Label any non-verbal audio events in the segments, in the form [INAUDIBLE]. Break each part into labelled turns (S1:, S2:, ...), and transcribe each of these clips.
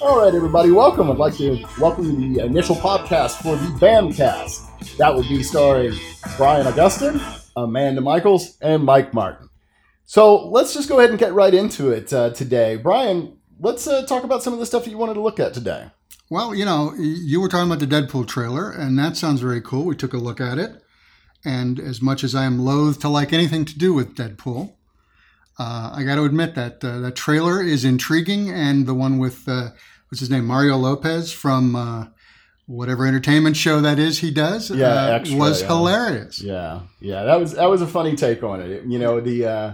S1: All right, everybody, welcome. I'd like to welcome the initial podcast for the Bandcast. That would be starring Brian Augustine, Amanda Michaels, and Mike Martin. So let's just go ahead and get right into it uh, today. Brian, let's uh, talk about some of the stuff that you wanted to look at today.
S2: Well, you know, you were talking about the Deadpool trailer, and that sounds very cool. We took a look at it. And as much as I am loath to like anything to do with Deadpool, uh, I got to admit that uh, that trailer is intriguing, and the one with uh, what's his name, Mario Lopez from uh, whatever entertainment show that is he does,
S1: Yeah,
S2: uh,
S1: Extra,
S2: was
S1: yeah.
S2: hilarious.
S1: Yeah, yeah, that was that was a funny take on it. You know, the uh,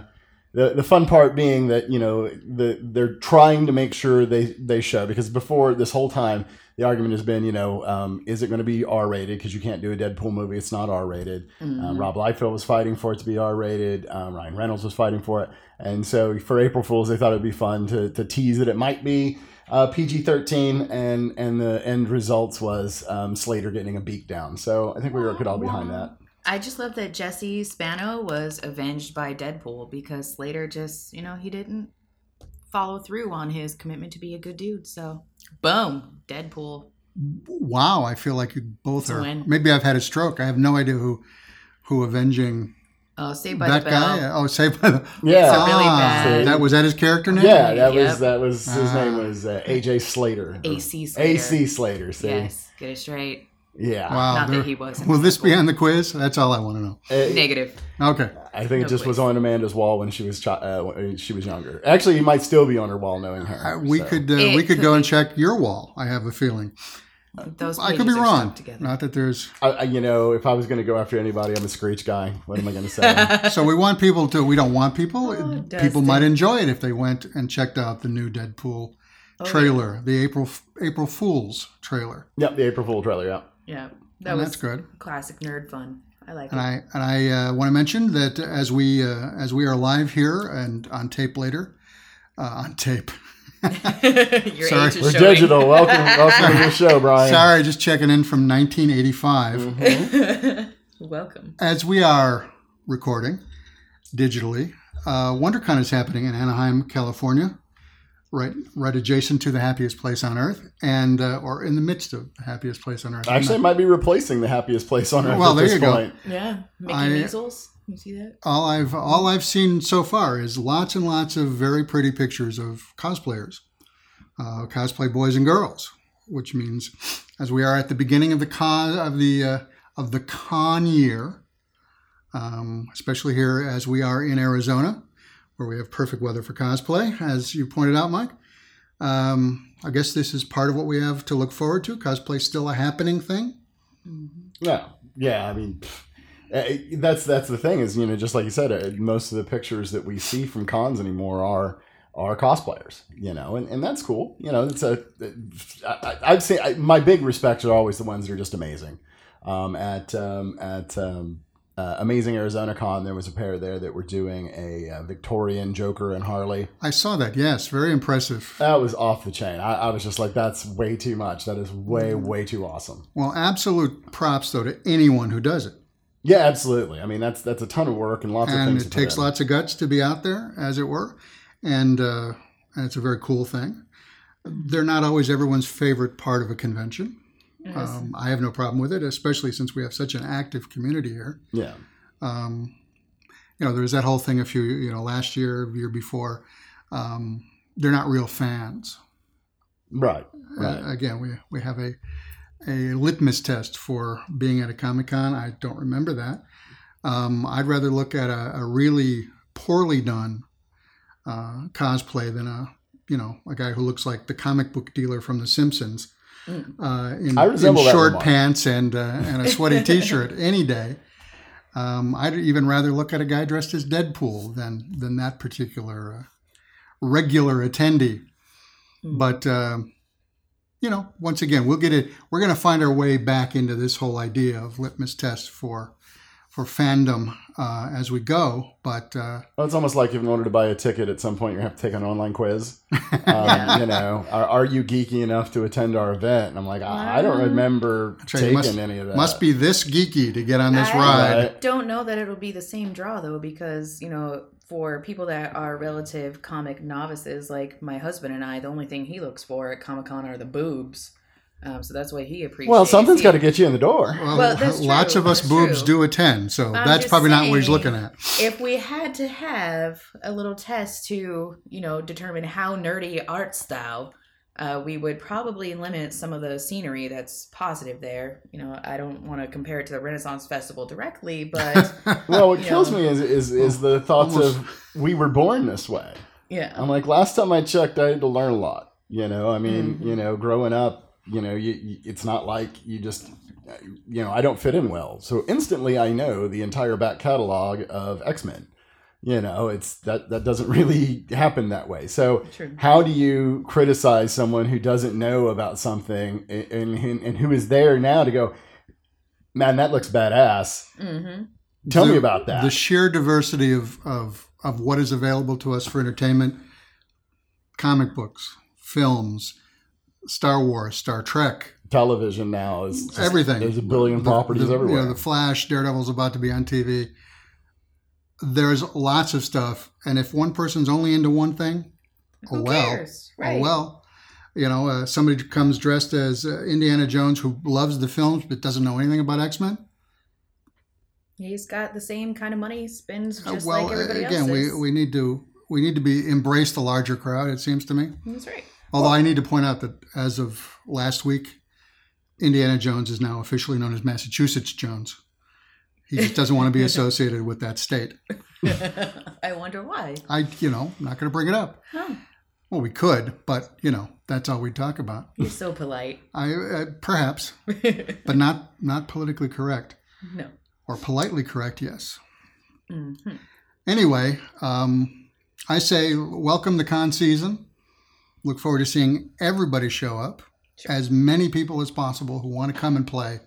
S1: the the fun part being that you know the they're trying to make sure they they show because before this whole time the argument has been you know um, is it going to be R rated because you can't do a Deadpool movie it's not R rated. Um, Rob Liefeld was fighting for it to be R rated. Um, Ryan Reynolds was fighting for it, and so for April Fools they thought it'd be fun to to tease that it might be. Uh, PG thirteen and and the end results was um, Slater getting a beat down. So I think we were could all behind that.
S3: I just love that Jesse Spano was avenged by Deadpool because Slater just, you know, he didn't follow through on his commitment to be a good dude. So, boom, Deadpool.
S2: Wow, I feel like you both
S3: It's a
S2: are.
S3: win.
S2: Maybe I've had a stroke. I have no idea who who avenging
S3: Oh, saved by
S2: that
S3: the bell.
S2: guy. Oh, Saved by the.
S1: Yeah,
S3: It's a really
S2: Ah,
S3: bad-
S2: That was that his character name.
S1: Yeah, that was
S3: Yep.
S1: that was his
S2: Ah.
S1: name was uh, AJ Slater.
S3: AC Slater.
S1: AC Slater. See?
S3: Yes, get it straight.
S1: Yeah.
S2: Wow.
S3: Uh, Not
S2: Oh, there-
S3: that he wasn't.
S2: Will this be
S3: Deadpool.
S2: on the quiz? That's all I want to know.
S1: It-
S3: negative?
S2: Okay.
S1: I think it
S3: No
S1: just was
S3: place.
S1: on Amanda's wall when she was chi- uh, when she was younger. Actually, it might still be on her wall, knowing
S2: Uh,
S1: her.
S2: we
S1: so.
S2: could uh,
S3: It
S2: we could
S3: could
S2: go and
S3: be.
S2: check your wall. I have a feeling.
S3: Those
S2: I could be
S3: pages are stuck
S2: wrong.
S3: Together. [LAUGHS]
S2: Not that there's.
S1: I, I- you know, if I was going to go after anybody, I'm a Screech guy. What am I
S2: [LAUGHS]
S1: going to say?
S2: So we want people to. We don't want people.
S3: Oh,
S2: people
S3: Dustin.
S2: might enjoy it if they went and checked out the new Deadpool
S3: Oh,
S2: trailer, the April April Fools trailer.
S1: yep, the April Fool trailer. Yeah.
S3: Yeah, that
S2: and
S3: was
S2: Oh, that's good.
S3: classic nerd fun. I like
S2: And
S3: it.
S2: I and I uh, want to mention that as we uh, as we are live here and on tape later, uh, on tape.
S3: [LAUGHS]
S2: [LAUGHS]
S3: Your
S2: Sorry.
S3: age is
S1: We're
S3: showing.
S1: digital. Welcome, welcome to the show, Brian.
S2: [LAUGHS] Sorry, just checking in from 1985.
S1: Mhm.
S3: [LAUGHS] Welcome.
S2: as we are recording digitally, uh, WonderCon is happening in Anaheim, California, right right adjacent to the happiest place on earth, and uh, or in the midst of the happiest place on earth.
S1: Actually, it might be replacing the happiest place on earth
S2: Well,
S1: at
S2: there
S1: this
S2: you go.
S1: point.
S3: Yeah, Mickey
S2: I-
S3: measles. You see that?
S2: all I've all I've seen so far is lots and lots of very pretty pictures of cosplayers, uh, cosplay boys and girls, which means as we are at the beginning of the con of the uh, of the con year, um, especially here as we are in Arizona, where we have perfect weather for cosplay, as you pointed out, Mike. Um, I guess this is part of what we have to look forward to. Cosplay's still a happening thing.
S1: Yeah, yeah. I mean, pff, eh, that's that's the thing is you know just like you said, eh, most of the pictures that we see from cons anymore are are cosplayers, you know, and, and that's cool. You know, it's a eh, I, I- I'd say I, my big respects are always the ones that are just amazing. Um, at um, at um, uh, Amazing Arizona Con, there was a pair there that were doing a uh, Victorian Joker and Harley.
S2: I saw that. Yes, very impressive.
S1: That was off the chain. I, I was just like, that's way too much. That is way way too awesome.
S2: Well, absolute props though to anyone who does it,
S1: Yeah, absolutely. I mean, that's that's a ton of work and lots of
S2: and
S1: things.
S2: it
S1: to put
S2: takes
S1: in.
S2: lots of guts to be out there, as it were, and uh, and it's a very cool thing. They're not always everyone's favorite part of a convention. Um, I have no problem with it, especially since we have such an active community here.
S1: Yeah.
S2: um, you know, there was that whole thing a few, you know, last year, year before. Um, they're not real fans.
S1: Right. Right.
S2: Uh, again, we we have a a litmus test for being at a comic con. I don't remember that. Um, I'd rather look at a, a really poorly done uh, cosplay than a you know a guy who looks like the comic book dealer from The Simpsons
S3: Mm.
S2: uh, in,
S1: I
S2: in
S1: resemble that
S2: short
S1: remark.
S2: pants and uh, and a sweaty T-shirt any day. Um, I'd even rather look at a guy dressed as Deadpool than than that particular uh, regular attendee.
S3: Mm.
S2: But um, you know, once again, we'll get it. We're going to find our way back into this whole idea of litmus test for for fandom uh, as we go. But uh,
S1: Well, it's almost like if you wanted to buy a ticket at some point, you have to take an online
S2: [LAUGHS]
S1: quiz. Um,
S3: Yeah.
S1: You know, are, are you geeky enough to attend our event? And I'm like, I, I don't
S3: Wow.
S1: remember
S2: Sure, you
S1: taking
S2: must-
S1: any of that.
S2: must be this geeky to get on this
S3: I-
S2: ride.
S1: Right.
S3: Don't know that it'll be the same draw though, because you know, for people that are relative comic novices, like my husband and I, the only thing he looks for at Comic Con are the boobs. Um, so that's why he appreciates.
S1: Well, something's
S3: it.
S1: got to get you in the
S2: [LAUGHS]
S1: door.
S2: Well,
S3: Well, that's
S2: lots
S3: true,
S2: of us
S3: that's
S2: boobs
S3: true.
S2: do attend, so
S3: I'm
S2: that's
S3: just
S2: probably not what he's
S3: saying.
S2: looking at. [LAUGHS]
S3: If we had to have a little test to, you know, determine how nerdy art style, uh, we would probably limit some of the scenery that's positive there. You know, I don't want to compare it to the Renaissance
S2: [LAUGHS]
S3: Festival directly, but
S1: Well, what
S3: Yeah.
S1: kills me is is, is the thoughts of we were born this way.
S3: yeah,
S2: Oh,
S1: I'm like, last time I checked, I had to learn a lot. You know, I mean,
S2: Mm-hmm.
S3: Mhm.
S1: you know, growing up, you know, you, you, it's not like you just, you know, I don't fit in well. So instantly, I know the entire back catalog of X Men. You know, it's that that doesn't [LAUGHS] really happen that way. So
S3: true.
S1: how do you criticize someone who doesn't know about something and and, and who is there now to go, man, that looks badass.
S3: hmm
S1: Tell me
S2: The-
S1: about that.
S2: The sheer diversity of, of, of what is available to us for entertainment comic books, films, Star Wars, Star Trek,
S1: television now is just-
S2: everything.
S1: There's a billion
S2: The-
S1: properties
S2: the, you
S1: everywhere.
S2: know, the Flash, Daredevil's about to be on TV. There's lots of stuff. And if one person's only into one thing,
S3: Who
S2: oh well.
S3: cares? Right.
S2: Oh well, you know, uh, somebody comes dressed as uh, Indiana Jones who loves the films but doesn't know anything about X Men.
S3: He's got the same kind of money, spends
S2: Uh,
S3: just
S2: well,
S3: like everybody
S2: again,
S3: else's.
S2: we we need to we need to be embrace the larger crowd. It seems to me.
S3: That's right.
S2: Although I need to point out that as of last week, Indiana Jones is now officially known as Massachusetts Jones. He just doesn't want to
S3: [LAUGHS]
S2: be associated with that state. [LAUGHS]
S3: I wonder why.
S2: I, you know, I'm not going to bring it up.
S3: Huh.
S2: Well, we could, but you know, that's all we talk about.
S3: You're so polite. [LAUGHS]
S2: I uh, perhaps,
S3: no.
S2: but not not politically correct. or politely correct yes.
S3: hmm
S2: Anyway, um, I say welcome to con season. Look forward to seeing everybody show up.
S3: Sure.
S2: As many people as possible who want to come and play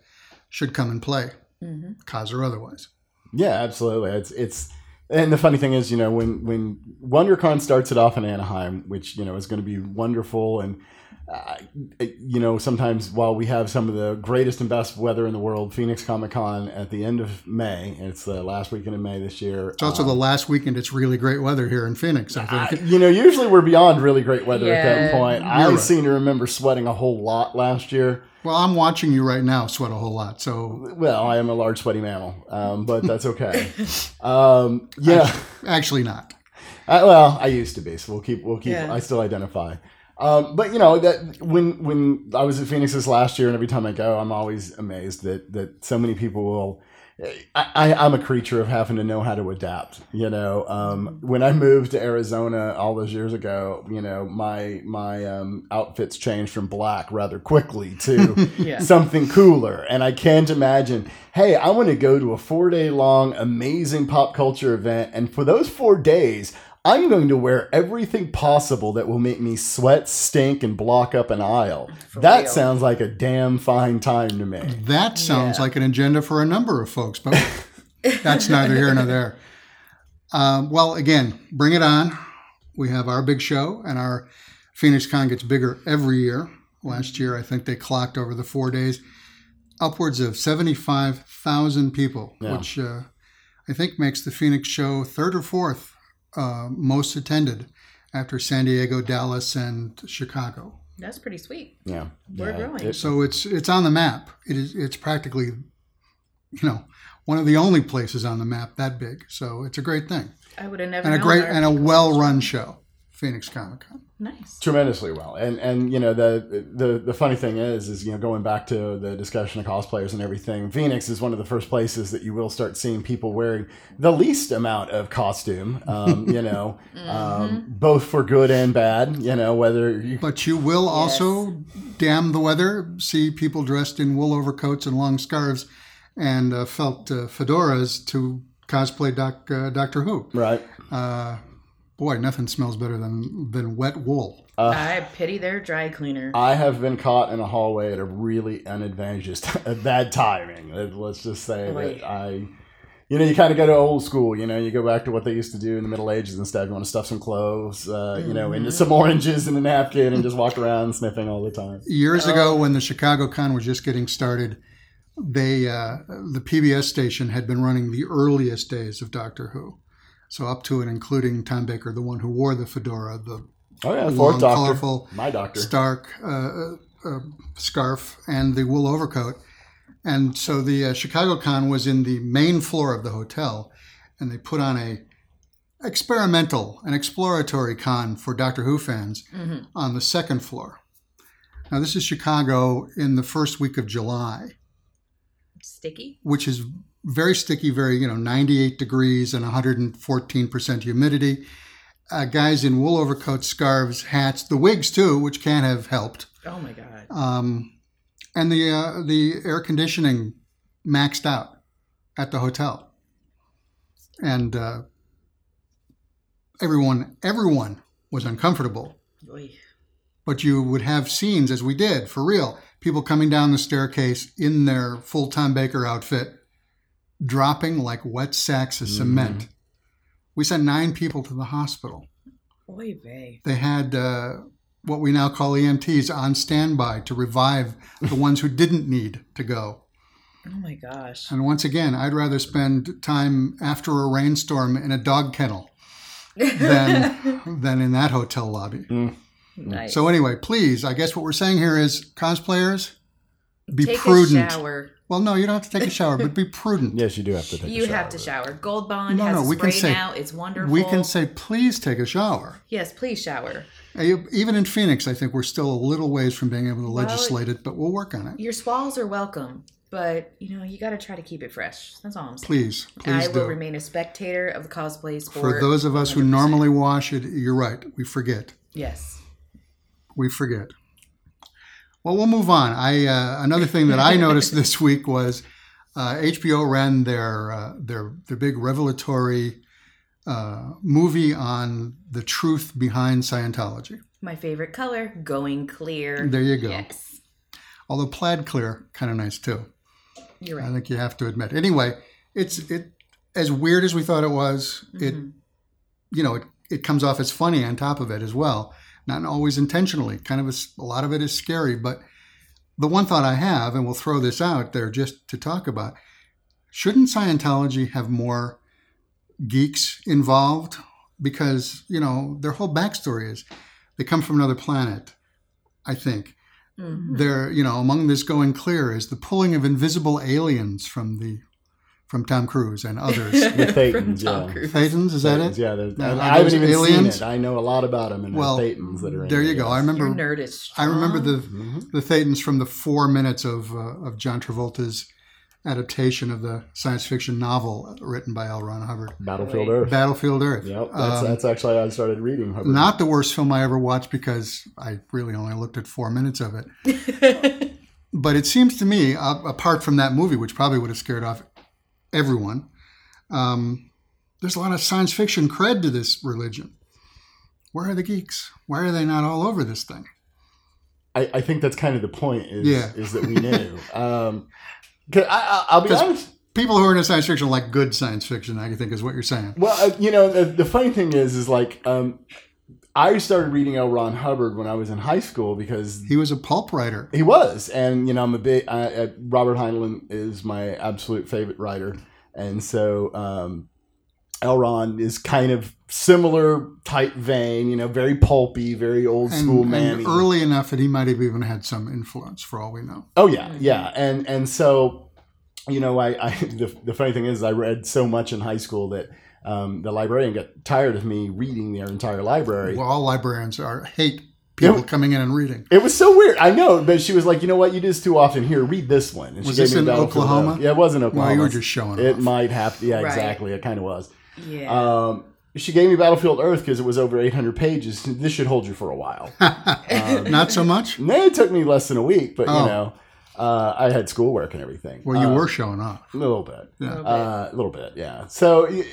S2: should come and play,
S3: hmm
S2: cause or otherwise.
S1: Yeah, absolutely. It's it's and the funny thing is, you know, when when WonderCon starts it off in Anaheim, which you know is going to be wonderful, and uh, you know, sometimes while we have some of the greatest and best weather in the world, Phoenix Comic Con at the end of May, and it's the last weekend in May this year. uh,
S2: It's also the last weekend. It's really great weather here in Phoenix. I
S1: [LAUGHS] I,
S2: think.
S1: you know, usually we're beyond really great weather at that
S3: Yeah.
S1: point.
S2: You're
S1: I
S2: right.
S1: seem to remember sweating a whole lot last year.
S2: well, I'm watching you right now sweat a whole lot, so
S1: Well, I am a large sweaty mammal, um, but that's okay. um, yeah.
S2: actually not.
S1: I, well, I used to be, so we'll keep. We'll keep.
S3: Yeah.
S1: I still identify. Um, but you know that when when I was at Phoenix this last year, and every time I go, I'm always amazed that that so many people will. I, I, I'm a creature of having to know how to adapt. You know, um, when I moved to Arizona all those years ago, you know, my my um, outfits changed from black rather quickly to
S3: Yeah.
S1: something cooler. And I can't imagine, hey, I want to go to a four day long amazing pop culture event. And for those four days, I'm going to wear everything possible that will make me sweat, stink, and block up an aisle.
S3: For
S1: that
S3: real.
S1: sounds like a damn fine time to me.
S2: That sounds
S3: Yeah.
S2: like an agenda for a number of folks, but that's neither
S3: [LAUGHS]
S2: here nor there. Um, well, again, bring it on. We have our big show, and our Phoenix Con gets bigger every year. Last year, I think they clocked over the four days upwards of 75,000 people,
S1: Yeah.
S2: which uh, I think makes the Phoenix show third or fourth uh, most attended after San Diego, Dallas, and Chicago.
S3: That's pretty sweet.
S1: Yeah.
S3: We're
S1: yeah.
S3: growing.
S1: It-
S2: So it's it's on the map. It is it's practically, you know, one of the only places on the map that big. So it's a great thing
S3: I would have never.
S2: and a
S3: known
S2: great
S3: our
S2: and a
S3: people.
S2: well-run show. Phoenix Comic Con.
S3: Nice.
S1: tremendously well and and you know the, the the funny thing is is you know going back to the discussion of cosplayers and everything phoenix is one of the first places that you will start seeing people wearing the least amount of costume um, you know um, both for good and bad you know whether you
S2: But you will also damn the weather. See people dressed in wool overcoats and long scarves and uh, felt uh, fedoras to cosplay Doc, uh, Doctor Who.
S1: right
S2: Uh, boy, nothing smells better than than wet wool.
S3: I pity their dry cleaner.
S1: i have been caught in a hallway [LAUGHS]
S3: Oh,
S1: at a really unadvantageous at bad timing Let- let's just say
S3: Oy.
S1: that i you know, you kind of go to old school. You know, you go back to what they used to do in the Middle Ages and stuff. You want to stuff some clothes, uh, you know, into
S3: Mhm.
S1: some oranges in a napkin and just walk around sniffing all the time.
S2: Years
S1: Um,
S3: Oh.
S2: ago, when the Chicago Con was just getting started, they uh, the PBS station had been running the earliest days of Doctor Who, so up to and including Tom Baker, the one who wore the fedora, the
S1: Oh yeah,
S2: long,
S1: fourth doctor,
S2: colorful
S1: my doctor.
S2: stark uh, uh, scarf, and the wool overcoat. And so the uh, Chicago Con was in the main floor of the hotel, and they put on a experimental, an exploratory con for Doctor Who fans
S3: hmm
S2: on the second floor. Now, this is Chicago in the first week of July,
S3: Sticky.
S2: which is very sticky, very, you know, 98 degrees and 114% humidity. Uh, guys in wool overcoats, scarves, hats, the wigs too, which can't have helped.
S3: Oh my god.
S2: Um, and the, uh, the air conditioning maxed out at the hotel. And uh, everyone, everyone was uncomfortable
S3: Oy.
S2: but you would have scenes as we did for real people coming down the staircase in their full Tom Baker outfit, dropping like wet sacks of
S3: Mm-hmm.
S1: Mhm.
S2: cement. We sent nine people to the hospital.
S3: Oy vey.
S2: They had uh, what we now call EMTs on standby to revive
S3: [LAUGHS]
S2: the ones who didn't need to go.
S3: Oh my gosh.
S2: And once again, I'd rather spend time after a rainstorm in a dog kennel then- than in that hotel lobby.
S3: [LAUGHS] nice.
S2: So anyway, please, I guess what we're saying here is cosplayers, be
S3: Take
S2: prudent.
S3: a shower.
S2: Well, no, you don't have to take a shower, but be
S3: [LAUGHS]
S2: prudent.
S1: Yes, you do have to. Take a
S3: You have to
S1: shower.
S3: shower. Gold Bond
S2: No,
S3: has
S2: no,
S3: a
S2: we can
S3: spray
S2: say-
S3: now. It's wonderful.
S2: we can say, please take a shower.
S3: yes. Please shower.
S2: Uh, Even in Phoenix, I think we're still a little ways from being able to
S3: Well,
S2: legislate it, but we'll work on it.
S3: Your swalls are welcome, but you know you got to try to keep it fresh. That's all I'm saying.
S2: Please, please
S3: I
S2: do.
S3: will remain a spectator of the cosplay sport.
S2: For those of us who
S3: 100%.
S2: normally wash it, you're right. We forget.
S3: yes.
S2: We forget. Well, we'll move on. I uh, another thing
S3: [LAUGHS]
S2: that I noticed this week was uh, HBO ran their uh, their their big revelatory uh, movie on the truth behind Scientology.
S3: My favorite color, going clear.
S2: There you go.
S3: Yes.
S2: Although plaid clear, kind of nice too.
S3: You're
S2: I
S3: right.
S2: think you have to admit. Anyway, it's it as weird as we thought it was. It
S3: Mhm.
S2: you know it it comes off as funny on top of it as well. Not always intentionally. Kind of a, s- a lot of it is scary, but the one thought I have, and we'll throw this out there just to talk about: shouldn't Scientology have more geeks involved? Because you know their whole backstory is they come from another planet. I think
S3: Mhm.
S2: there you know among this going clear is the pulling of invisible aliens from the from tom cruise and
S3: [LAUGHS]
S2: others
S1: The Thetans,
S3: From Tom
S1: yeah.
S3: Cruise.
S2: thetans is that it
S1: Yeah, there's,
S2: Now,
S1: and
S2: are
S1: I haven't
S2: those
S1: even
S2: aliens?
S1: seen it. I know a lot about them and
S2: Well,
S1: the Thetans that are in
S2: there you
S1: it,
S2: go i
S1: yes.
S3: Your
S2: remember
S3: nerd is.
S2: i remember
S3: strong.
S2: the
S1: Mhm.
S2: the thetans from the four minutes of uh, of john travolta's adaptation of the science fiction novel written by l ron hubbard
S1: Battlefield
S3: Wait.
S1: Earth.
S2: battlefield earth
S1: Yep, that's,
S2: Um,
S1: that's actually how I started reading. Hubbard.
S2: not the worst film i ever watched because i really only looked at four minutes of it but it seems to me, uh, apart from that movie, which probably would have scared off everyone, um, there's a lot of science fiction cred to this religion. Where are the geeks? Why are they not all over this thing?
S1: I, I think that's kind of the point. Is,
S2: Yeah.
S1: is that we
S2: [LAUGHS]
S1: knew. um, 'cause I, I, will be
S2: 'Cause-
S1: honest.
S2: People who are into science fiction like good science fiction, I think is what you're saying.
S1: Well, uh, you know, the, the funny thing is, is like um, I started reading L. Ron Hubbard when I was in high school because
S2: He was a pulp writer.
S1: He was, and you know, I'm a big. I, I, Robert Heinlein is my absolute favorite writer, and so um, Elrond is kind of similar type vein. You know, very pulpy, very old
S2: And,
S1: school
S2: and
S1: man.
S2: early enough that he might have even had some influence, for all we know.
S1: Oh yeah, yeah, and and so you know, I, [LAUGHS] I the, the funny thing is, I read so much in high school that um, the librarian got tired of me reading their entire library.
S2: Well, all librarians are hate people
S1: Yeah.
S2: coming in and reading.
S1: It was so weird. I know, but she was like, you know what? You do this too often. Here, read this one. And she
S2: Was
S1: gave
S2: this
S1: me
S2: in
S1: Battlefield
S2: Oklahoma?
S1: Earth. Yeah, it was in Oklahoma.
S2: Well, you were just showing
S1: It
S2: off.
S1: might have to. Yeah,
S3: Right.
S1: exactly. It kind of was.
S3: [LAUGHS] yeah.
S1: Um, she gave me Battlefield Earth because it was over 800 pages. This should hold you for a
S2: [LAUGHS]
S1: while. Um,
S2: not
S1: [LAUGHS]
S2: so much.
S1: no, it took me less than a week, but
S2: Oh.
S1: you know, uh, I had schoolwork and everything.
S2: Well, you
S1: Uh,
S2: were showing off.
S1: a little bit.
S3: A little bit.
S1: Uh, a little bit, yeah. So y-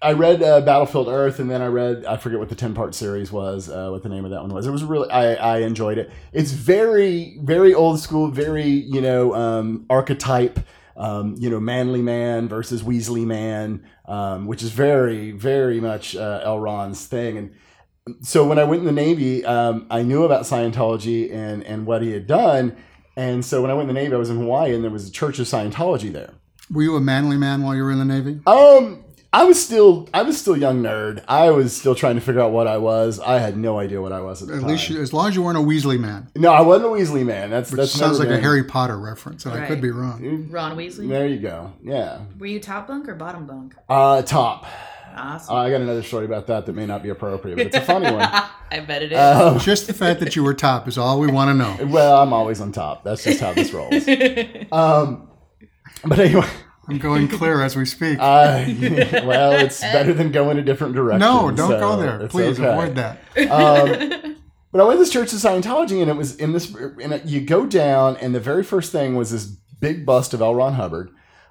S1: I read uh, Battlefield Earth, and then I read I forget what the ten part series was, uh, what the name of that one was. It was really I, I enjoyed it. It's very very old school, very you know um, archetype. um, you know, Manly Man versus Weasley Man, um, which is very, very much uh, Elrond's thing. And so when I went in the Navy, um, I knew about Scientology and, and what he had done. And so when I went in the Navy, I was in Hawaii and there was a Church of Scientology there.
S2: Were you a manly man while you were in the Navy?
S1: Um, I was still I was still young nerd. I was still trying to figure out what I was. I had no idea what I was at the
S2: At
S1: time.
S2: least, you, as long as you weren't a Weasley man,
S1: no, I wasn't a Weasley man. That's
S2: which
S1: that's
S2: sounds like
S1: never
S2: a Harry Potter reference, and I could
S3: Right.
S2: be wrong.
S1: been-
S3: Ron Weasley.
S1: There you go. Yeah.
S3: Were you top bunk or bottom bunk?
S1: Uh, top. Uh,
S3: Awesome.
S1: I got another story about that that may not be appropriate, but it's a funny one. [LAUGHS]
S3: [LAUGHS] I bet it is.
S1: Um,
S2: Just the fact that you were top is all we want to know.
S1: well, I'm always on top. That's just how this rolls. Um, but anyway,
S2: I'm going clear as
S1: [LAUGHS]
S2: we speak.
S1: uh, well, it's better than going a different direction.
S2: no, don't
S1: so
S2: go there.
S1: it's
S2: Please
S1: okay.
S2: avoid that. [LAUGHS]
S1: Um, but I went to this Church of Scientology, and it was in this. And it- you go down, and the very first thing was this big bust of L. Ron Hubbard,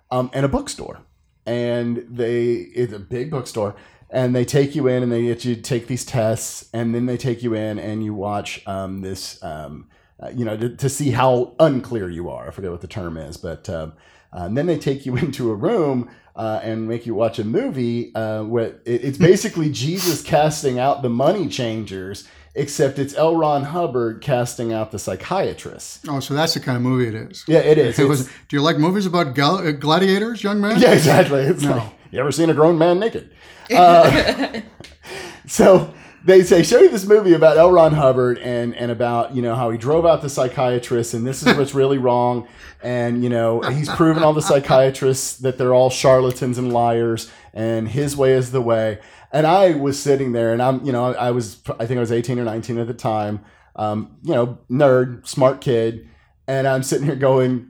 S1: um, and a bookstore. And they it's a big bookstore, and they take you in, and they get you to take these tests, and then they take you in, and you watch um, this. Um, uh, you know, to, to see how unclear you are. I forget what the term is, but um, uh, and then they take you [LAUGHS] into a room uh, and make you watch a movie uh, where it, it's basically Jesus casting out the money changers, except it's L. Ron Hubbard casting out the psychiatrists.
S2: Oh, so that's the kind of movie it is.
S1: Yeah, it is.
S2: [LAUGHS] It
S1: It's-
S2: was. Do you like movies about gal- uh, gladiators, young man?
S1: yeah, exactly. It's
S2: No.
S1: like, you ever seen a grown man naked? Uh, so they say show you this movie about L. Ron Hubbard and and about you know how he drove out the psychiatrist and this is what's really wrong and you know he's proven all the psychiatrists that they're all charlatans and liars and his way is the way and I was sitting there and I'm you know I was I think I was 18 or 19 at the time um, you know nerd smart kid and I'm sitting here going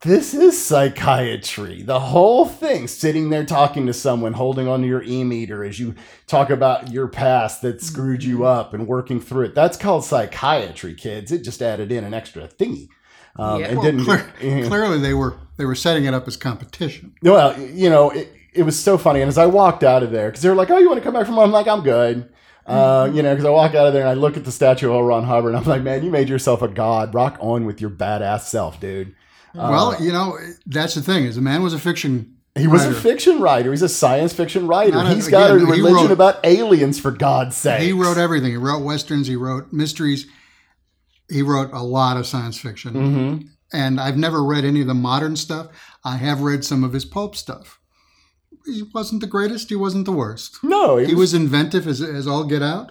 S1: this is psychiatry. The whole thing, sitting there talking to someone, holding onto your e meter as you talk about your past that screwed you up and working through it. That's called psychiatry, kids. It just added in an extra thingy. Um,
S3: Yeah.
S1: and
S2: Well,
S1: didn't.
S2: clear-
S1: [LAUGHS]
S2: Clearly, they were they were setting it up as competition.
S1: Well, you know, it, it was so funny. And as I walked out of there, because they were like, "Oh, you want to come back from?" I'm like, "I'm good." Uh,
S2: Mm-hmm.
S1: you know, because I walk out of there and I look at the statue of L. Ron Hubbard, and I'm like, "Man, you made yourself a god. Rock on with your badass self, dude." Uh,
S2: well, you know that's the thing is the man was a fiction.
S1: He was a
S2: writer.
S1: fiction writer. He's a science fiction writer.
S2: Not a-
S1: He's got a
S2: again, he
S1: religion
S2: wrote-
S1: about aliens, for God's sake.
S2: He wrote everything. He wrote westerns. He wrote mysteries. He wrote a lot of science fiction.
S1: hmm
S2: and I've never read any of the modern stuff. I have read some of his pulp stuff. He wasn't the greatest. He wasn't the worst.
S1: No,
S2: He was inventive as, as all get out.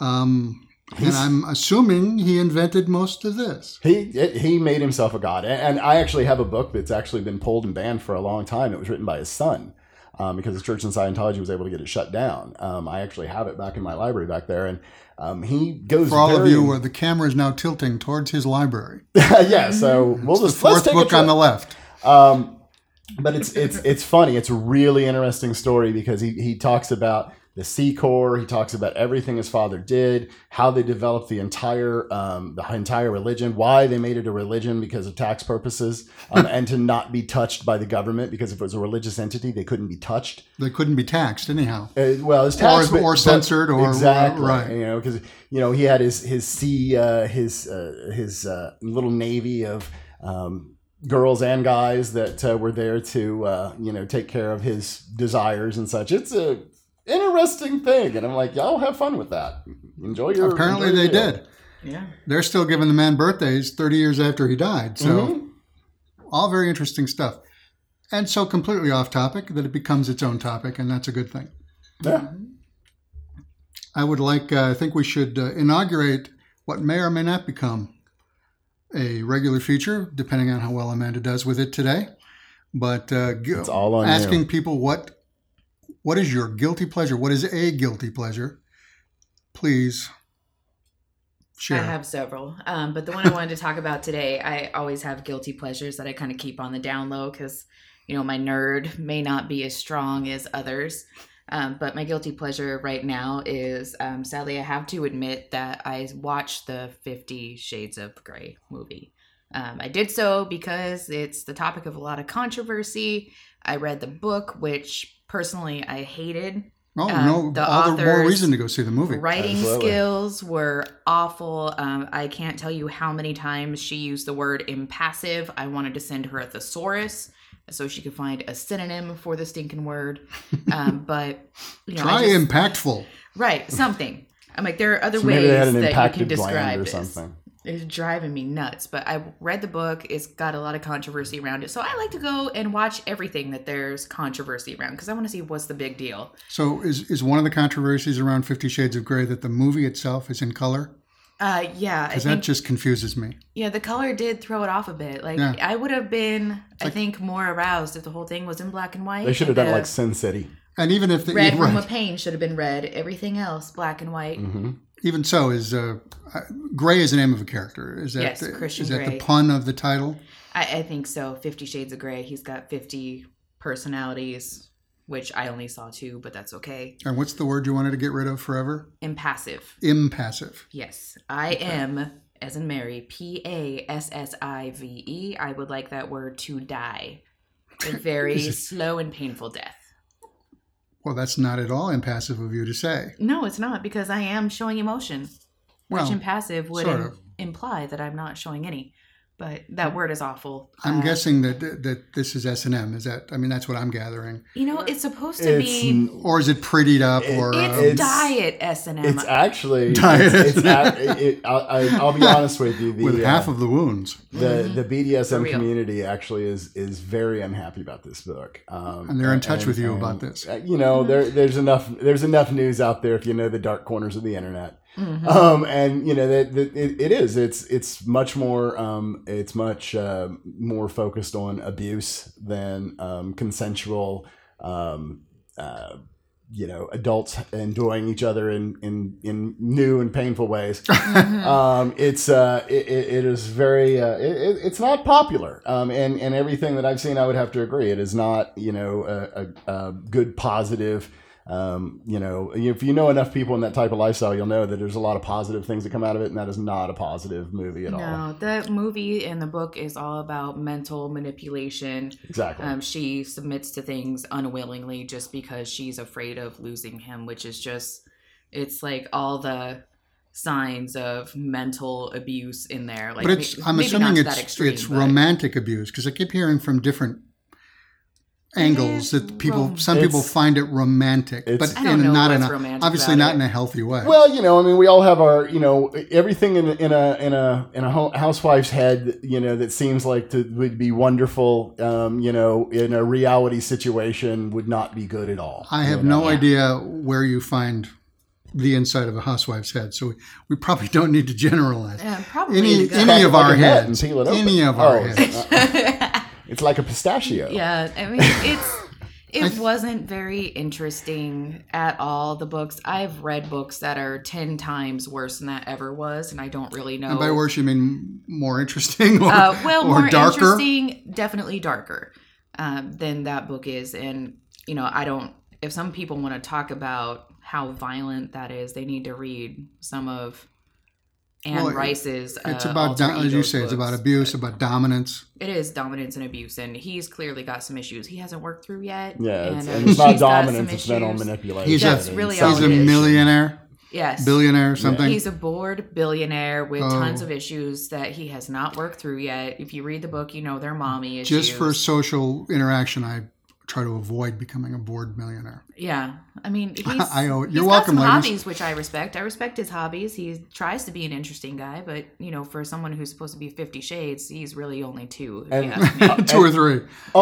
S2: Um, and
S1: He's-
S2: I'm assuming he invented most of this.
S1: He it, he made himself a god, and, and I actually have a book that's actually been pulled and banned for a long time. It was written by his son, um, because the Church in Scientology was able to get it shut down. Um, I actually have it back in my library back there, and um, he goes
S2: For all of
S1: very-
S2: you, where the camera is now tilting towards his library.
S1: [LAUGHS] yeah.
S2: [LAUGHS]
S1: So we'll
S2: It's
S1: just
S2: the
S1: let's
S2: fourth
S1: take a
S2: book on
S1: trip.
S2: the left.
S1: Um, but it's it's it's funny. It's a really interesting story because he he talks about the Sea Corps. He talks about everything his father did, how they developed the entire um, the entire religion, why they made it a religion because of tax purposes, um, and to not be touched by the government because if it was a religious entity, they couldn't be touched.
S2: They couldn't be taxed anyhow.
S1: Uh, well, it's tax,
S2: Or- or censored or-
S1: exactly
S2: right.
S1: You know, because you know he had his his sea uh, his uh, his uh, little navy of um, girls and guys that uh, were there to uh, you know take care of his desires and such. It's a interesting thing, and I'm like, y'all have fun with that. Enjoy your.
S2: Apparently,
S1: enjoy
S2: they
S1: your deal."
S2: did.
S3: [LAUGHS] yeah.
S2: They're still giving the man birthdays 30 years after he died. So.
S1: Mhm.
S2: all very interesting stuff and so completely off topic that it becomes its own topic and that's a good thing
S1: Yeah.
S2: i would like uh, i think we should uh, inaugurate what may or may not become a regular feature depending on how well amanda does with it today but uh, gu-
S1: It's all on
S2: asking
S1: you.
S2: people what what is your guilty pleasure what is a guilty pleasure please share
S3: I have several, um, but the one I wanted to talk about today, I always have guilty pleasures that I kind of keep on the down low because, you know, my nerd may not be as strong as others. Um, but my guilty pleasure right now is, um, sadly, I have to admit that I watched the Fifty Shades of Grey movie. Um, I did so because it's the topic of a lot of controversy. I read the book, which personally I hated.
S2: Oh
S3: Um,
S2: no!
S3: the
S2: all the more
S3: authors-
S2: reason to go see the movie.
S3: Writing
S1: Absolutely.
S3: skills were awful. Um, I can't tell you how many times she used the word impassive. I wanted to send her a thesaurus so she could find a synonym for the
S1: [LAUGHS]
S3: stinking word. Um, but you know, I
S2: Try
S3: just-
S2: impactful.
S3: right something. I'm like, there are other
S1: So
S3: ways
S1: maybe they had an
S3: that you can
S1: impacted
S3: describe
S1: gland or
S3: this.
S1: something.
S3: It's driving me nuts. But I read the book. It's got a lot of controversy around it. So I like to go and watch everything that there's controversy around because I want to see what's the big deal.
S2: So is is one of the controversies around Fifty Shades of Grey that the movie itself is in color?
S3: Uh, yeah, I
S2: Because
S3: think
S2: that just confuses me.
S3: Yeah, the color did throw it off a bit. Like
S2: Yeah.
S3: I would have been, I
S2: like-
S3: think, more aroused if the whole thing was in black and white.
S1: They should have done like Sin City.
S2: And even if the [LAUGHS]
S3: the red
S2: right, Mm.
S3: room of pain should have been red. Everything else black and white.
S1: hmm
S2: even so, is uh, uh, Grey is the name of a character? Is that
S3: Yes,
S2: the,
S3: Christian
S2: is that
S3: Grey.
S2: the pun of the title?
S3: I, I think so. Fifty Shades of Grey. He's got fifty personalities, which I only saw two, but that's okay.
S2: And what's the word you wanted to get rid of forever?
S3: Impassive.
S2: Impassive.
S3: Yes, I am. As in Mary, P A S S I V E. I would like that word to die.
S2: [LAUGHS]
S3: A very
S2: Is it-
S3: slow and painful death.
S2: Well, that's not at all impassive of you to say.
S3: No, it's not because I am showing emotion. Which
S2: Well,
S3: impassive would
S2: sort
S3: im-
S2: of.
S3: imply that I'm not showing any. But that word is awful.
S2: I'm
S3: Uh,
S2: guessing that that this is S and M. Is that? I mean, that's what I'm gathering.
S3: You know, it's supposed to
S1: It's
S3: be.
S1: n-
S2: Or is it prettied up? or
S3: It's,
S2: um,
S3: diet S and M.
S1: it's
S2: [LAUGHS]
S1: actually
S2: Diet.
S1: It's, it's a- it, I'll, I- I'll be honest with you. The,
S2: with half
S1: uh,
S2: of the wounds.
S1: the
S3: Mhm.
S1: the
S3: For
S1: BDSM
S3: real.
S1: community actually is is very unhappy about this book, um,
S2: And they're in touch with you about this.
S1: uh, You
S3: Mm-hmm.
S1: know, there there's enough there's enough news out there if you know the dark corners of the internet.
S3: Mhm.
S2: [LAUGHS]
S1: Um, and you know that, that it, it is it's it's much more um, it's much uh, more focused on abuse than um, consensual. Um, uh, you know, adults enjoying each other in in in new and painful ways.
S3: Mhm.
S1: Um, it's uh, it, it it is very uh, it, it- it's not popular. Um, and and everything that I've seen, I would have to agree. It is not you know a, a, a good positive. Um, you know, if you know enough people in that type of lifestyle, you'll know that there's a lot of positive things that come out of it, and that is not a positive movie at all.
S3: no, the movie and the book is all about mental manipulation.
S1: Exactly.
S3: Um, she submits to things unwillingly just because she's afraid of losing him, which is just, it's like all the signs of mental abuse in there. Like,
S2: but it's
S3: may-
S2: I'm
S3: maybe not
S2: assuming
S3: to
S2: it's
S3: that extreme,
S2: it's
S3: but-
S2: romantic abuse because I keep hearing from different angles
S3: is
S2: that people
S3: rom-
S2: some people
S1: It's-
S2: find it romantic,
S1: it's-
S2: but
S3: I
S2: in
S3: don't
S2: a,
S3: know
S2: not in
S3: what's
S2: a
S3: romantic.
S2: obviously
S3: about
S2: not
S3: it.
S2: in a healthy way.
S1: Well, you know, I mean, we all have our, you know, everything in, in a in a in a ho- housewife's head, you know, that seems like to, would be wonderful, um, you know, in a reality situation would not be good at all.
S2: I have
S1: you know?
S2: no
S3: Yeah.
S2: idea where you find the inside of a housewife's head, so we, we probably don't need to generalize.
S3: Yeah, Uh, probably
S2: Any
S3: the
S2: any
S1: Crack
S2: of
S1: it like
S2: our
S1: a nut and
S2: heads,
S1: peel it open.
S2: any of
S1: Oh,
S2: our
S1: it's-
S2: heads.
S3: gut.
S1: It's like a pistachio.
S3: [LAUGHS] yeah, I mean it's
S2: I
S3: it
S2: th-
S3: wasn't very interesting at all. The books I've read books that are ten times worse than that ever was, and I don't really know.
S2: And by worse, you mean more interesting or,
S3: uh, well,
S2: or
S3: more
S2: darker?
S3: interesting, definitely darker um, than that book is. And you know, I don't. If some people want to talk about how violent that is, they need to read some of Anne
S2: Well, it-
S3: Rice's.
S2: It's
S3: uh,
S2: about,
S3: alter
S2: do- as you
S3: egos
S2: say, it's about
S3: books.
S2: abuse, about dominance.
S3: it is dominance and abuse, and he's clearly got some issues he hasn't worked through yet.
S1: Yeah, it's,
S3: uh,
S1: and it's
S3: she's
S1: not
S3: got
S1: dominance;
S3: some
S1: it's mental
S3: issues.
S1: manipulation.
S2: He's
S3: That's
S1: and
S3: really
S1: so-
S3: all
S2: He's a
S3: it is.
S2: millionaire,
S3: Yes,
S2: billionaire, something.
S3: he's a bored billionaire with
S2: Oh.
S3: tons of issues that he has not worked through yet. If you read the book, you know they're mommy issues.
S2: Just for social interaction, I try to avoid becoming a bored
S3: [LAUGHS]
S2: millionaire.
S3: yeah, I mean,
S2: [LAUGHS]
S3: he's,
S2: I owe-
S3: he's
S2: you're
S3: got
S2: welcome,
S3: some
S2: ladies.
S3: hobbies, which I respect. I respect his hobbies. He tries to be an interesting guy, but you know, for someone who's supposed to be Fifty Shades, he's really only two. If
S1: And-
S3: you ask me.
S2: [LAUGHS] Two or three.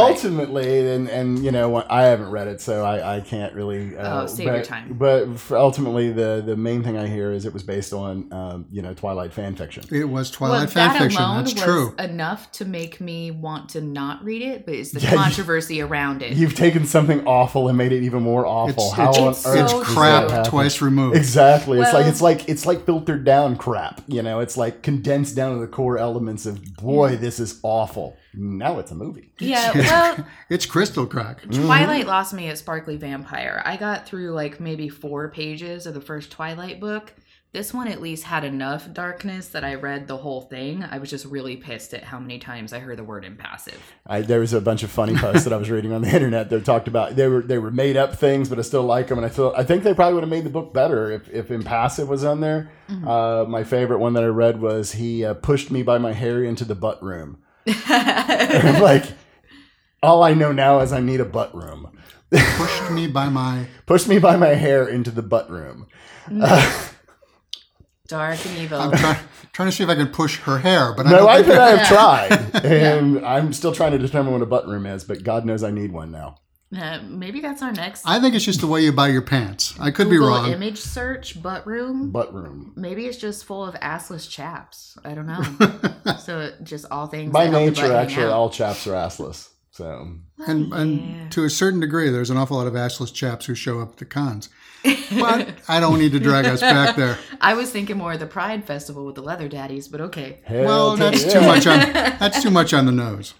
S1: ultimately and and you know what, i haven't read it so i i can't really uh,
S3: Oh, save
S1: but,
S3: your time.
S1: but for ultimately the the main thing i hear is it was based on um you know twilight fan fiction
S2: It was
S3: well,
S2: Twilight fan
S3: that
S2: fiction.
S3: alone
S2: That's
S3: was
S2: true.
S3: enough to make me want to not read it, but it's
S1: [LAUGHS]
S3: the
S1: Yeah, you-
S3: controversy around it.
S1: you've taken something awful and made it even more awful
S2: It's,
S1: how on
S2: it's,
S1: earth
S2: it's
S3: so
S1: does that
S2: crap
S1: happen?
S2: twice
S1: [LAUGHS]
S2: removed.
S1: exactly it's like
S3: Well-
S1: it's like it's like filtered down crap you know it's like condensed down to the core elements of boy
S3: Mm.
S1: this is awful now it's a movie [LAUGHS]
S3: yeah, well,
S2: It's crystal crack.
S3: Twilight lost me at Sparkly Vampire. I got through like maybe four pages of the first Twilight book This one at least had enough darkness that I read the whole thing. I was just really pissed at how many times I heard the
S1: [LAUGHS]
S3: word impassive.
S1: I, there was a bunch of funny posts that I was reading on the [LAUGHS] internet that talked about they were they were made up things, but I still like them, and I feel I think they probably would have made the book better if if impassive was on there.
S2: Mm-hmm.
S1: Uh, my favorite one that I read was he uh, pushed me by my hair into the butt room. [LAUGHS] like all I know now is I need a butt room.
S2: Pushed me by my
S1: Pushed me by my hair into the butt room.
S2: Mm.
S1: Uh,
S3: Dark and evil.
S2: I'm try, trying to see if I can push her hair, but I
S1: My
S2: don't
S1: wife
S2: think
S1: and I have
S2: [LAUGHS]
S3: Yeah.
S1: tried, and I'm still trying to determine what a butt room is. But God knows I need one now.
S3: Uh, maybe that's our next
S2: I think it's just the way you buy your pants. I could be
S3: Google
S2: wrong.
S3: image search butt room.
S1: Butt room.
S3: Maybe it's just full of assless chaps. I don't know. so just all things
S1: By
S3: that help the
S1: nature,
S3: butt hang
S1: actually,
S3: out.
S1: all chaps are assless. So
S2: And,
S3: Yeah.
S2: and to a certain degree, there's an awful lot of assless chaps who show up at the cons. But I don't need to drag us back there.
S1: [LAUGHS]
S3: I was thinking more of the Pride Festival with the leather daddies, but okay,
S1: hell
S2: Well,
S1: to
S2: that's
S1: yeah.
S2: too much on that's too much on the nose,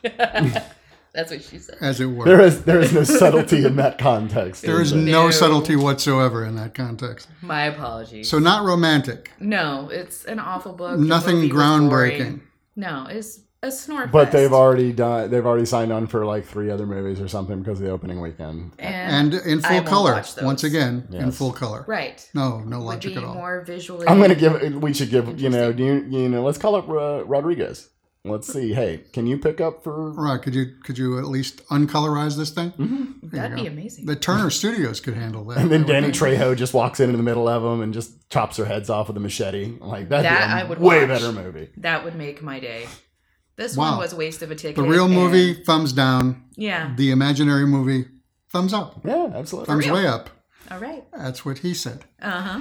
S3: that's what
S2: [LAUGHS]
S3: she said.
S2: as it
S1: [LAUGHS]
S2: were.
S1: There is there is no subtlety in that context.
S2: there is
S1: there?
S2: no
S3: No.
S2: subtlety whatsoever in that context.
S3: My apologies.
S2: So not romantic.
S3: no, it's an awful book. The
S2: Nothing
S3: movie was
S2: groundbreaking.
S3: boring. No, it's a snort.
S1: But
S3: fest.
S1: they've already done. They've already signed on for like three other movies or something because of the opening weekend.
S2: And
S3: and,
S2: in
S3: I
S2: full
S3: won't
S2: color.
S3: watch those.
S2: Once again, in
S1: Yes.
S2: full color.
S3: right
S2: No, no
S3: would
S2: logic
S3: be
S2: at all.
S3: more visually.
S1: I'm gonna give. We should give. You know. Do you, you know? Let's call up uh, Rodriguez. Let's see. Hey, can you pick up
S2: [LAUGHS]
S1: for?
S2: Right, could you could you at least uncolorize this thing?
S3: That'd be amazing.
S2: The Turner Studios could handle that.
S1: Hmm? And then
S2: That would
S1: Danny
S2: be-
S1: Trejo just walks in in the middle of them and just chops their heads off with a machete. Like that'd
S3: That
S1: be a
S3: I would
S1: way
S3: watch.
S1: better movie.
S3: that would make my day. This
S2: Wow.
S3: one was a waste of a ticket.
S2: the real
S3: and-
S2: movie, thumbs down.
S3: Yeah.
S2: The imaginary movie, thumbs up.
S1: Yeah, absolutely.
S2: Thumbs way up.
S3: All right.
S2: That's what he said.
S3: Uh huh.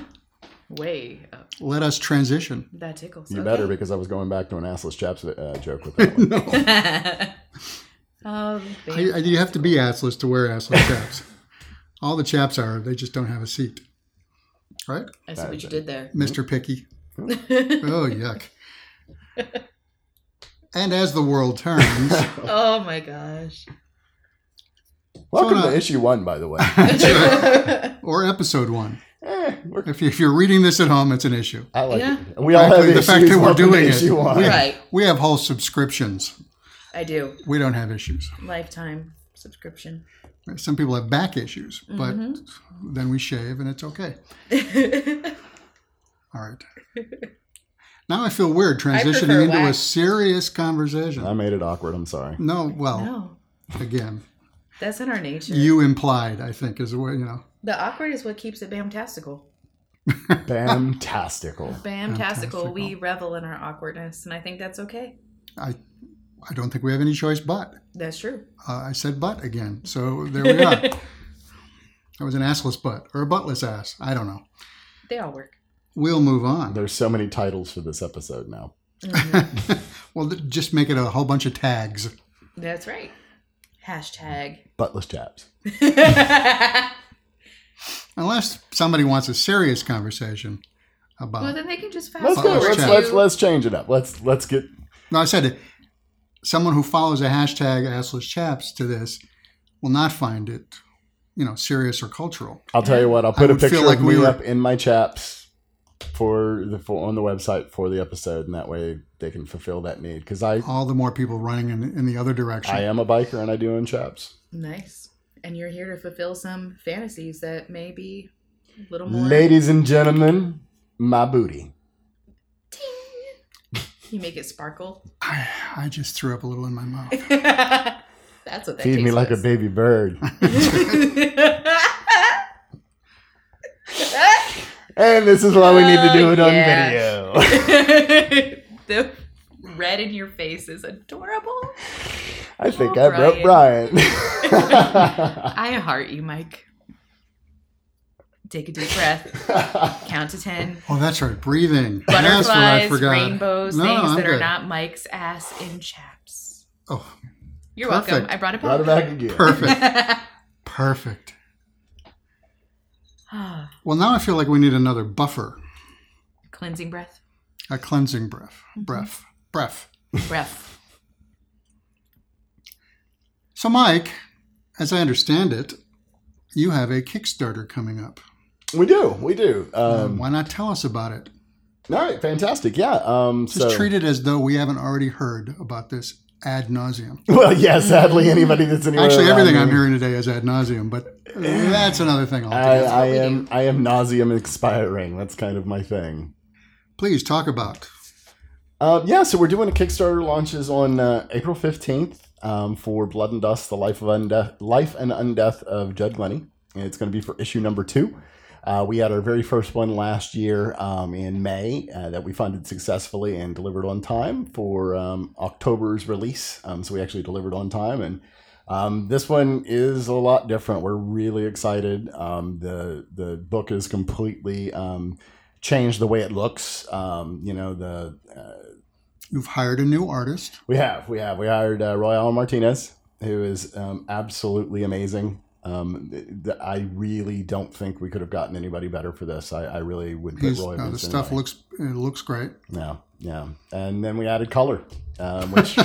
S3: Way up.
S2: Let us transition.
S3: That tickles.
S1: You
S3: Okay.
S1: better because I was going back to an assless chaps uh, joke with
S2: [LAUGHS]
S1: that one.
S3: [LAUGHS] Um, oh,
S2: I, I, you have to be assless to wear assless
S1: [LAUGHS]
S2: chaps. All the chaps are. They just don't have a seat. Right,
S3: I see what you did there.
S2: Mister Picky. oh yuck. And as the
S1: [LAUGHS]
S2: world turns,
S3: Oh my gosh.
S1: Welcome
S2: So, uh,
S1: to issue one, by
S2: [LAUGHS]
S1: the way.
S2: or episode one,
S1: Eh, we're-
S2: if, you, if you're reading this at home, it's an issue.
S1: I like
S3: Yeah.
S1: it. We all have
S2: Frankly, the fact
S1: issues.
S2: that we're
S1: Welcome to
S2: doing it,
S1: issue one.
S2: we,
S3: Right.
S2: we have whole subscriptions.
S3: I do.
S2: We don't have issues.
S3: Lifetime subscription. [LAUGHS]
S2: Some people have back issues, but
S3: Mm-hmm.
S2: then we shave and it's okay. All right. [LAUGHS] Now I feel weird transitioning
S3: prefer
S2: into a
S3: wax.
S2: serious conversation.
S1: I made it awkward. I'm
S2: [LAUGHS]
S1: sorry.
S2: no, well,
S3: No.
S2: again,
S3: That's in our nature.
S2: you implied, I think, is the way, you know.
S3: the awkward is what keeps it bamtastical.
S1: Fantastical.
S3: Bamtastical. We
S2: Bamtastical.
S3: revel in our awkwardness, and I think that's okay.
S2: I, I don't think we have any choice but.
S3: That's true.
S2: Uh, I said but again. So there we are.
S3: [LAUGHS]
S2: that was an assless butt or a buttless ass. I don't know.
S3: They all work.
S2: We'll move on.
S1: There's so many titles for this episode now.
S2: well, th- just make it a whole bunch of tags.
S3: That's right. Hashtag. [LAUGHS]
S1: Buttless chaps.
S3: well,
S2: Unless somebody wants a serious conversation about.
S3: then they can just fast
S1: Let's go.
S3: forward.
S1: Let's,
S2: chaps.
S1: let's
S3: to-
S1: let's change it up. Let's let's get
S2: No, I said it. Someone who follows a hashtag assless chaps to this will not find it, you know, serious or cultural.
S1: I'll tell you what. I'll
S2: I
S1: put a
S2: would feel
S1: picture
S2: like
S1: of
S2: we
S1: me
S2: were-
S1: up in my chaps for the for on the website for the episode, and that way they can fulfill that need because I
S2: All the more people running in, in the other direction.
S1: I uh, am a biker and I do own chaps.
S3: Nice. And you're here to fulfill some fantasies that may be a little more.
S1: Ladies and gentlemen, my booty.
S3: [LAUGHS] You make it [LAUGHS] sparkle.
S2: I, I just threw up a little in my mouth.
S3: That's what that
S1: Feed me like a baby bird. and this is why we need to do
S3: Oh,
S1: it on
S3: yeah.
S1: video.
S3: [LAUGHS]
S1: [LAUGHS]
S3: the red in your face is adorable.
S1: I think
S3: Oh,
S1: I broke Brian.
S3: I heart you, Mike. Take a deep breath. Count to ten.
S2: Oh, that's right. Breathing. that's what I
S3: [LAUGHS] Butterflies,
S2: forgot.
S3: rainbows,
S2: No,
S3: things
S2: I'm
S3: that are
S2: good.
S3: not Mike's ass in chaps.
S2: Oh,
S3: You're welcome.
S2: Perfect.
S3: I brought
S1: [LAUGHS]
S3: it
S1: Brought it back again.
S2: perfect.
S3: [LAUGHS]
S2: perfect. Well, now I feel like we need another buffer,
S3: [SIGHS] Cleansing breath.
S2: a cleansing breath.
S3: Mm-hmm.
S2: Breath. Breath.
S3: Breath.
S2: So, Mike, as I understand it, you have a Kickstarter coming up.
S1: we do, we do. Um,
S2: Why not tell us about it?
S1: All right, fantastic. Yeah. Um, so
S2: Just treat it as though we haven't already heard about this ad nauseum.
S1: [LAUGHS] well, yeah. Sadly, anybody that's anywhere
S2: Actually,
S1: around
S2: everything
S1: me-
S2: I'm hearing today is ad nauseum, but that's another thing.
S1: I,
S2: altogether.
S1: I
S3: we
S1: am I am nauseum expiring. That's kind of my thing.
S2: Please talk about.
S1: Um, yeah, so we're doing a Kickstarter launches on uh, April fifteenth um, for Blood and Dust: The Life of Undeath, Life and Undeath of Judd Glenny, and it's going to be for issue number two. Uh, we had our very first one last year um, in May uh, that we funded successfully and delivered on time for um, October's release. Um, so we actually delivered on time, and um, this one is a lot different. We're really excited. Um, the the book is completely. Um, changed the way it looks um, you know the uh,
S2: You've hired a new artist.
S1: we have, we have. We hired uh, Roy Alan Martinez, who is um, absolutely amazing. Um, th- th- I really don't think we could have gotten anybody better for this. I, I really would put
S2: He's,
S1: Roy.
S2: uh, the
S1: against
S2: stuff
S1: anybody.
S2: looks it looks great.
S1: Yeah, yeah. And then we added color, um,
S2: [LAUGHS]
S1: which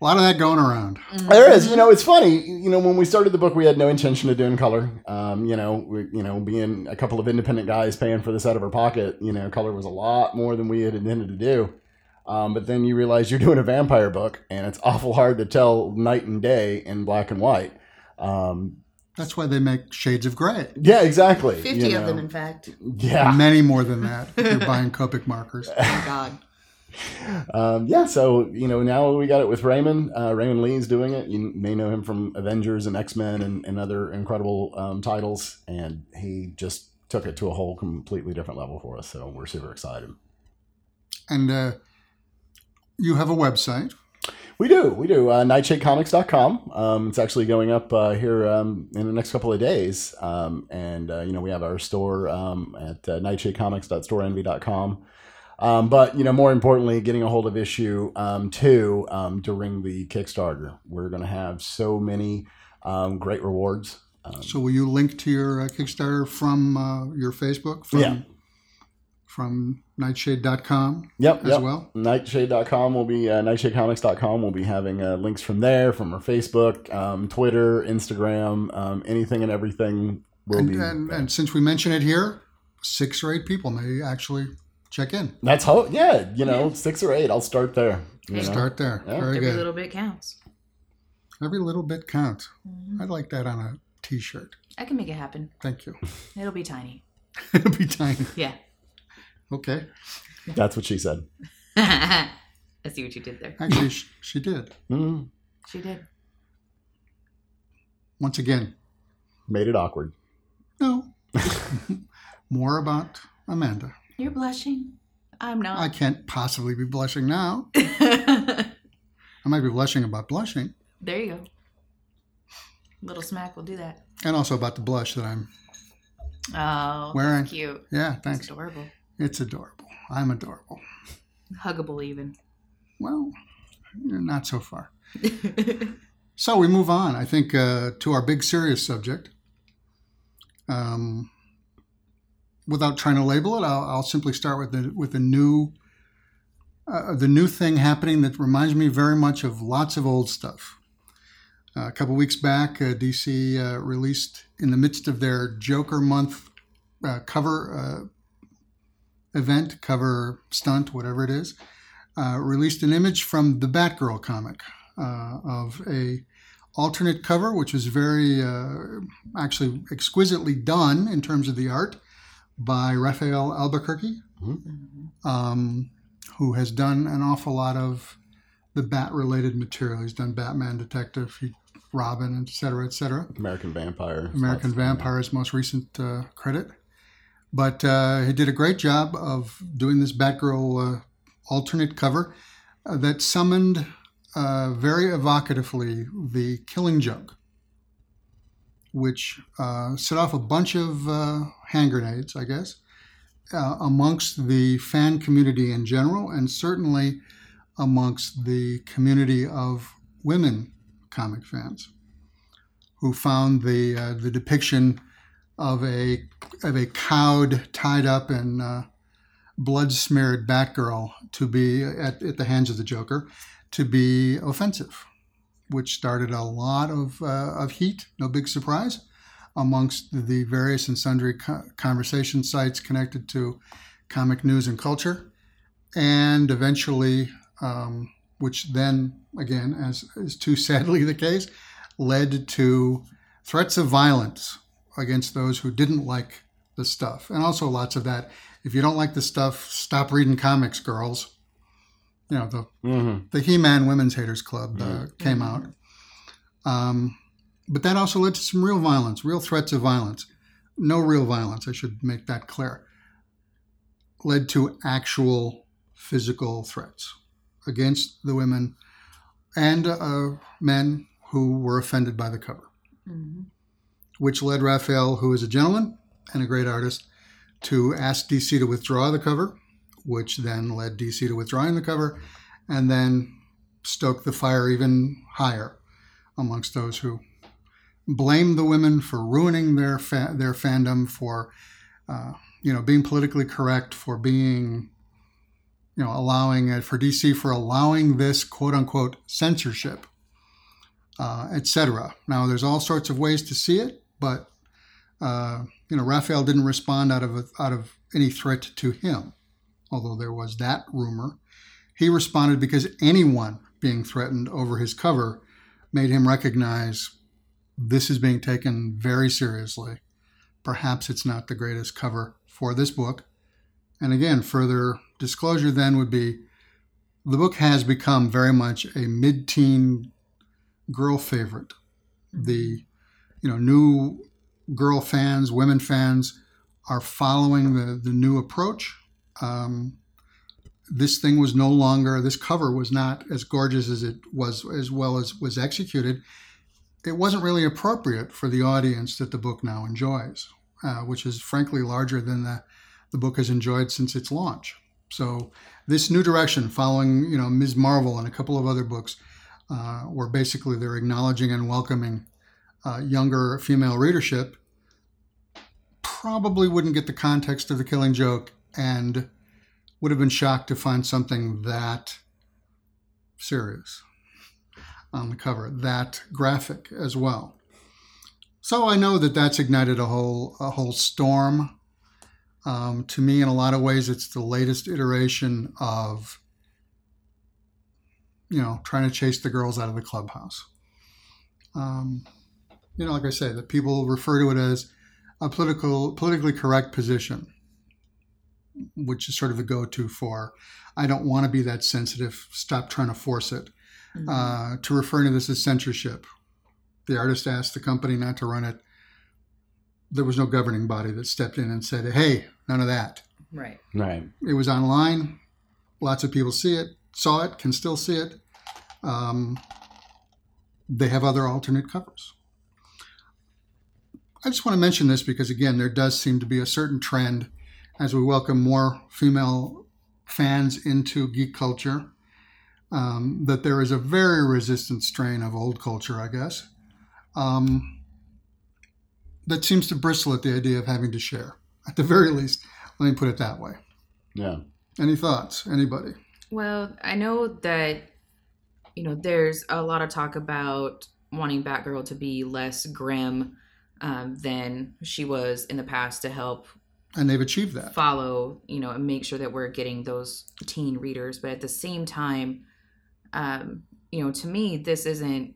S2: A lot of that going around.
S3: Mm.
S1: There
S3: Mm-hmm.
S1: is, you know, it's funny. You know, when we started the book, we had no intention of doing color. Um, you know, we, you know, being a couple of independent guys paying for this out of our pocket, you know, color was a lot more than we had intended to do. Um, but then you realize you're doing a vampire book, and it's awful hard to tell night and day in black and white. Um,
S2: That's why they make shades of gray.
S1: yeah, exactly. you
S3: 50 of them,
S1: know.
S3: in fact.
S1: Yeah.
S2: Many more than that. if You're buying
S1: [LAUGHS]
S2: Copic markers.
S3: Oh, my God.
S1: um, yeah, so you know now we got it with Raymond. Uh, Raymond Lee's doing it. You may know him from Avengers and X Men and, and other incredible um, titles, and he just took it to a whole completely different level for us. So we're super excited.
S2: And uh, you have a website.
S1: We do, we do. Uh, NightshadeComics.com. Um, it's actually going up uh, here um, in the next couple of days, um, and uh, you know we have our store um, at uh, NightshadeComics.storeenvy.com. Um, but you know, more importantly, getting a hold of issue um, two um, during the Kickstarter, we're going to have so many um, great rewards. Um,
S2: So will you link to your uh, Kickstarter from uh, your Facebook? From,
S1: Yeah.
S2: From nightshade.com
S1: yep,
S2: as
S1: yep.
S2: well.
S1: Nightshade.com will be uh, nightshadecomics.com. We'll be having uh, links from there, from our Facebook, um, Twitter, Instagram, um, anything and everything will
S2: And,
S1: be.
S2: and,
S1: there.
S2: and since we mention it here, six or eight people may actually check in.
S1: That's how, yeah, you know, six or eight. I'll start there. you
S3: Hey,
S1: know?
S2: Start there.
S1: Yeah.
S2: Very
S3: Every
S2: good.
S3: little bit counts.
S2: Every little bit counts.
S3: Mhm.
S2: I'd like that on a t shirt.
S3: I can make it happen.
S1: [LAUGHS]
S2: Thank you.
S3: It'll be tiny.
S2: It'll be tiny.
S3: Yeah. [LAUGHS]
S2: Okay.
S1: That's what she said.
S3: I see what you did there.
S2: Actually, sh- she did.
S1: Mm,
S3: She did.
S2: Once again,
S1: made it awkward. [LAUGHS]
S2: no. More about Amanda.
S3: You're blushing. I'm
S2: I
S3: not.
S2: can't possibly be blushing now.
S3: [LAUGHS] there
S2: I might be blushing about blushing
S3: you go. Little smack will do that.
S2: and also about the blush that I'm.
S3: Oh,
S2: Wearing.
S3: that's cute.
S2: Yeah,
S3: That's
S2: thanks.
S3: adorable.
S2: It's adorable. I'm adorable.
S3: Huggable, even. [LAUGHS]
S2: Well, not so far.
S3: Mm-hmm.
S2: So we move on, I think, uh, to our big serious subject. Um, without trying to label it, I'll, I'll simply start with the with the new uh, the new thing happening that reminds me very much of lots of old stuff. Uh, a couple weeks back, uh, DC uh, released in the midst of their Joker month uh, cover uh, event, cover stunt, whatever it is, uh, released an image from the Batgirl comic uh, of a alternate cover, which was very uh, actually exquisitely done in terms of the art by Raphael Albuquerque,
S3: Mhm.
S2: um, who has done an awful lot of the Bat-related material. He's done Batman, Detective, he, Robin, et cetera, et cetera.
S1: American Vampire.
S2: American Vampire's most recent uh, credit. But uh, he did a great job of doing this Batgirl uh, alternate cover uh, that summoned uh, very evocatively the Killing Joke, which uh, set off a bunch of uh, hand grenades, I guess, uh, amongst the fan community in general, and certainly amongst the community of women comic fans who found the uh, the depiction of a of a cowed, tied up, and uh, blood smeared Batgirl to be at, at the hands of the Joker to be offensive, which started a lot of uh, of heat. No big surprise amongst the various and sundry co- conversation sites connected to comic news and culture, and eventually, um, which then again, as is too [LAUGHS] sadly the case, led to threats of violence against those who didn't like the stuff, and also lots of that. If you don't like the stuff, stop reading comics, girls. You know the
S1: Mm-hmm.
S2: the He-Man Women's Haters Club uh, came out. Um, but that also led to some real violence, real threats of violence. No real violence, I should make that clear. Led to actual physical threats against the women and uh, men who were offended by the cover, Uh,
S3: hmm
S2: which led Raphael, who is a gentleman and a great artist, to ask DC to withdraw the cover, which then led DC to withdrawing the cover and then stoked the fire even higher amongst those who blamed the women for ruining their fa- their fandom for uh, you know being politically correct for being you know allowing it for DC for allowing this quote unquote censorship uh, etc. Now there's all sorts of ways to see it, but uh, you know Raphael didn't respond out of a, out of any threat to him, although there was that rumor. He responded because anyone being threatened over his cover made him recognize this is being taken very seriously. Perhaps it's not the greatest cover for this book. And again, further disclosure then would be the book has become very much a mid teen girl favorite. The you know, new girl fans, women fans are following the, the new approach. Um, this thing was no longer this cover was not as gorgeous as it was as well as was executed it wasn't really appropriate for the audience that the book now enjoys uh, which is frankly larger than the, the book has enjoyed since its launch so this new direction following you know ms marvel and a couple of other books uh, where basically they're acknowledging and welcoming uh, younger female readership probably wouldn't get the context of the killing joke and would have been shocked to find something that serious on the cover, that graphic as well. So I know that that's ignited a whole a whole storm. Um, to me, in a lot of ways, it's the latest iteration of you know trying to chase the girls out of the clubhouse. Um, you know, like I say, that people refer to it as a political politically correct position which is sort of the go-to for i don't want to be that sensitive stop trying to force it
S3: Mm-hmm.
S2: uh, to referring to this as censorship the artist asked the company not to run it there was no governing body that stepped in and said hey none of that
S3: right.
S1: Right.
S2: it was online lots of people see it saw it can still see it um, they have other alternate covers i just want to mention this because again there does seem to be a certain trend as we welcome more female fans into geek culture um, that there is a very resistant strain of old culture i guess um, that seems to bristle at the idea of having to share at the very least let me put it that way
S1: Yeah.
S2: any thoughts? Anybody?
S3: Well, I know that you know there's a lot of talk about wanting Batgirl to be less grim um, than she was in the past to help
S2: And they've achieved that.
S3: follow, you know, and make sure that we're getting those teen readers. But at the same time, um, you know, to me, this isn't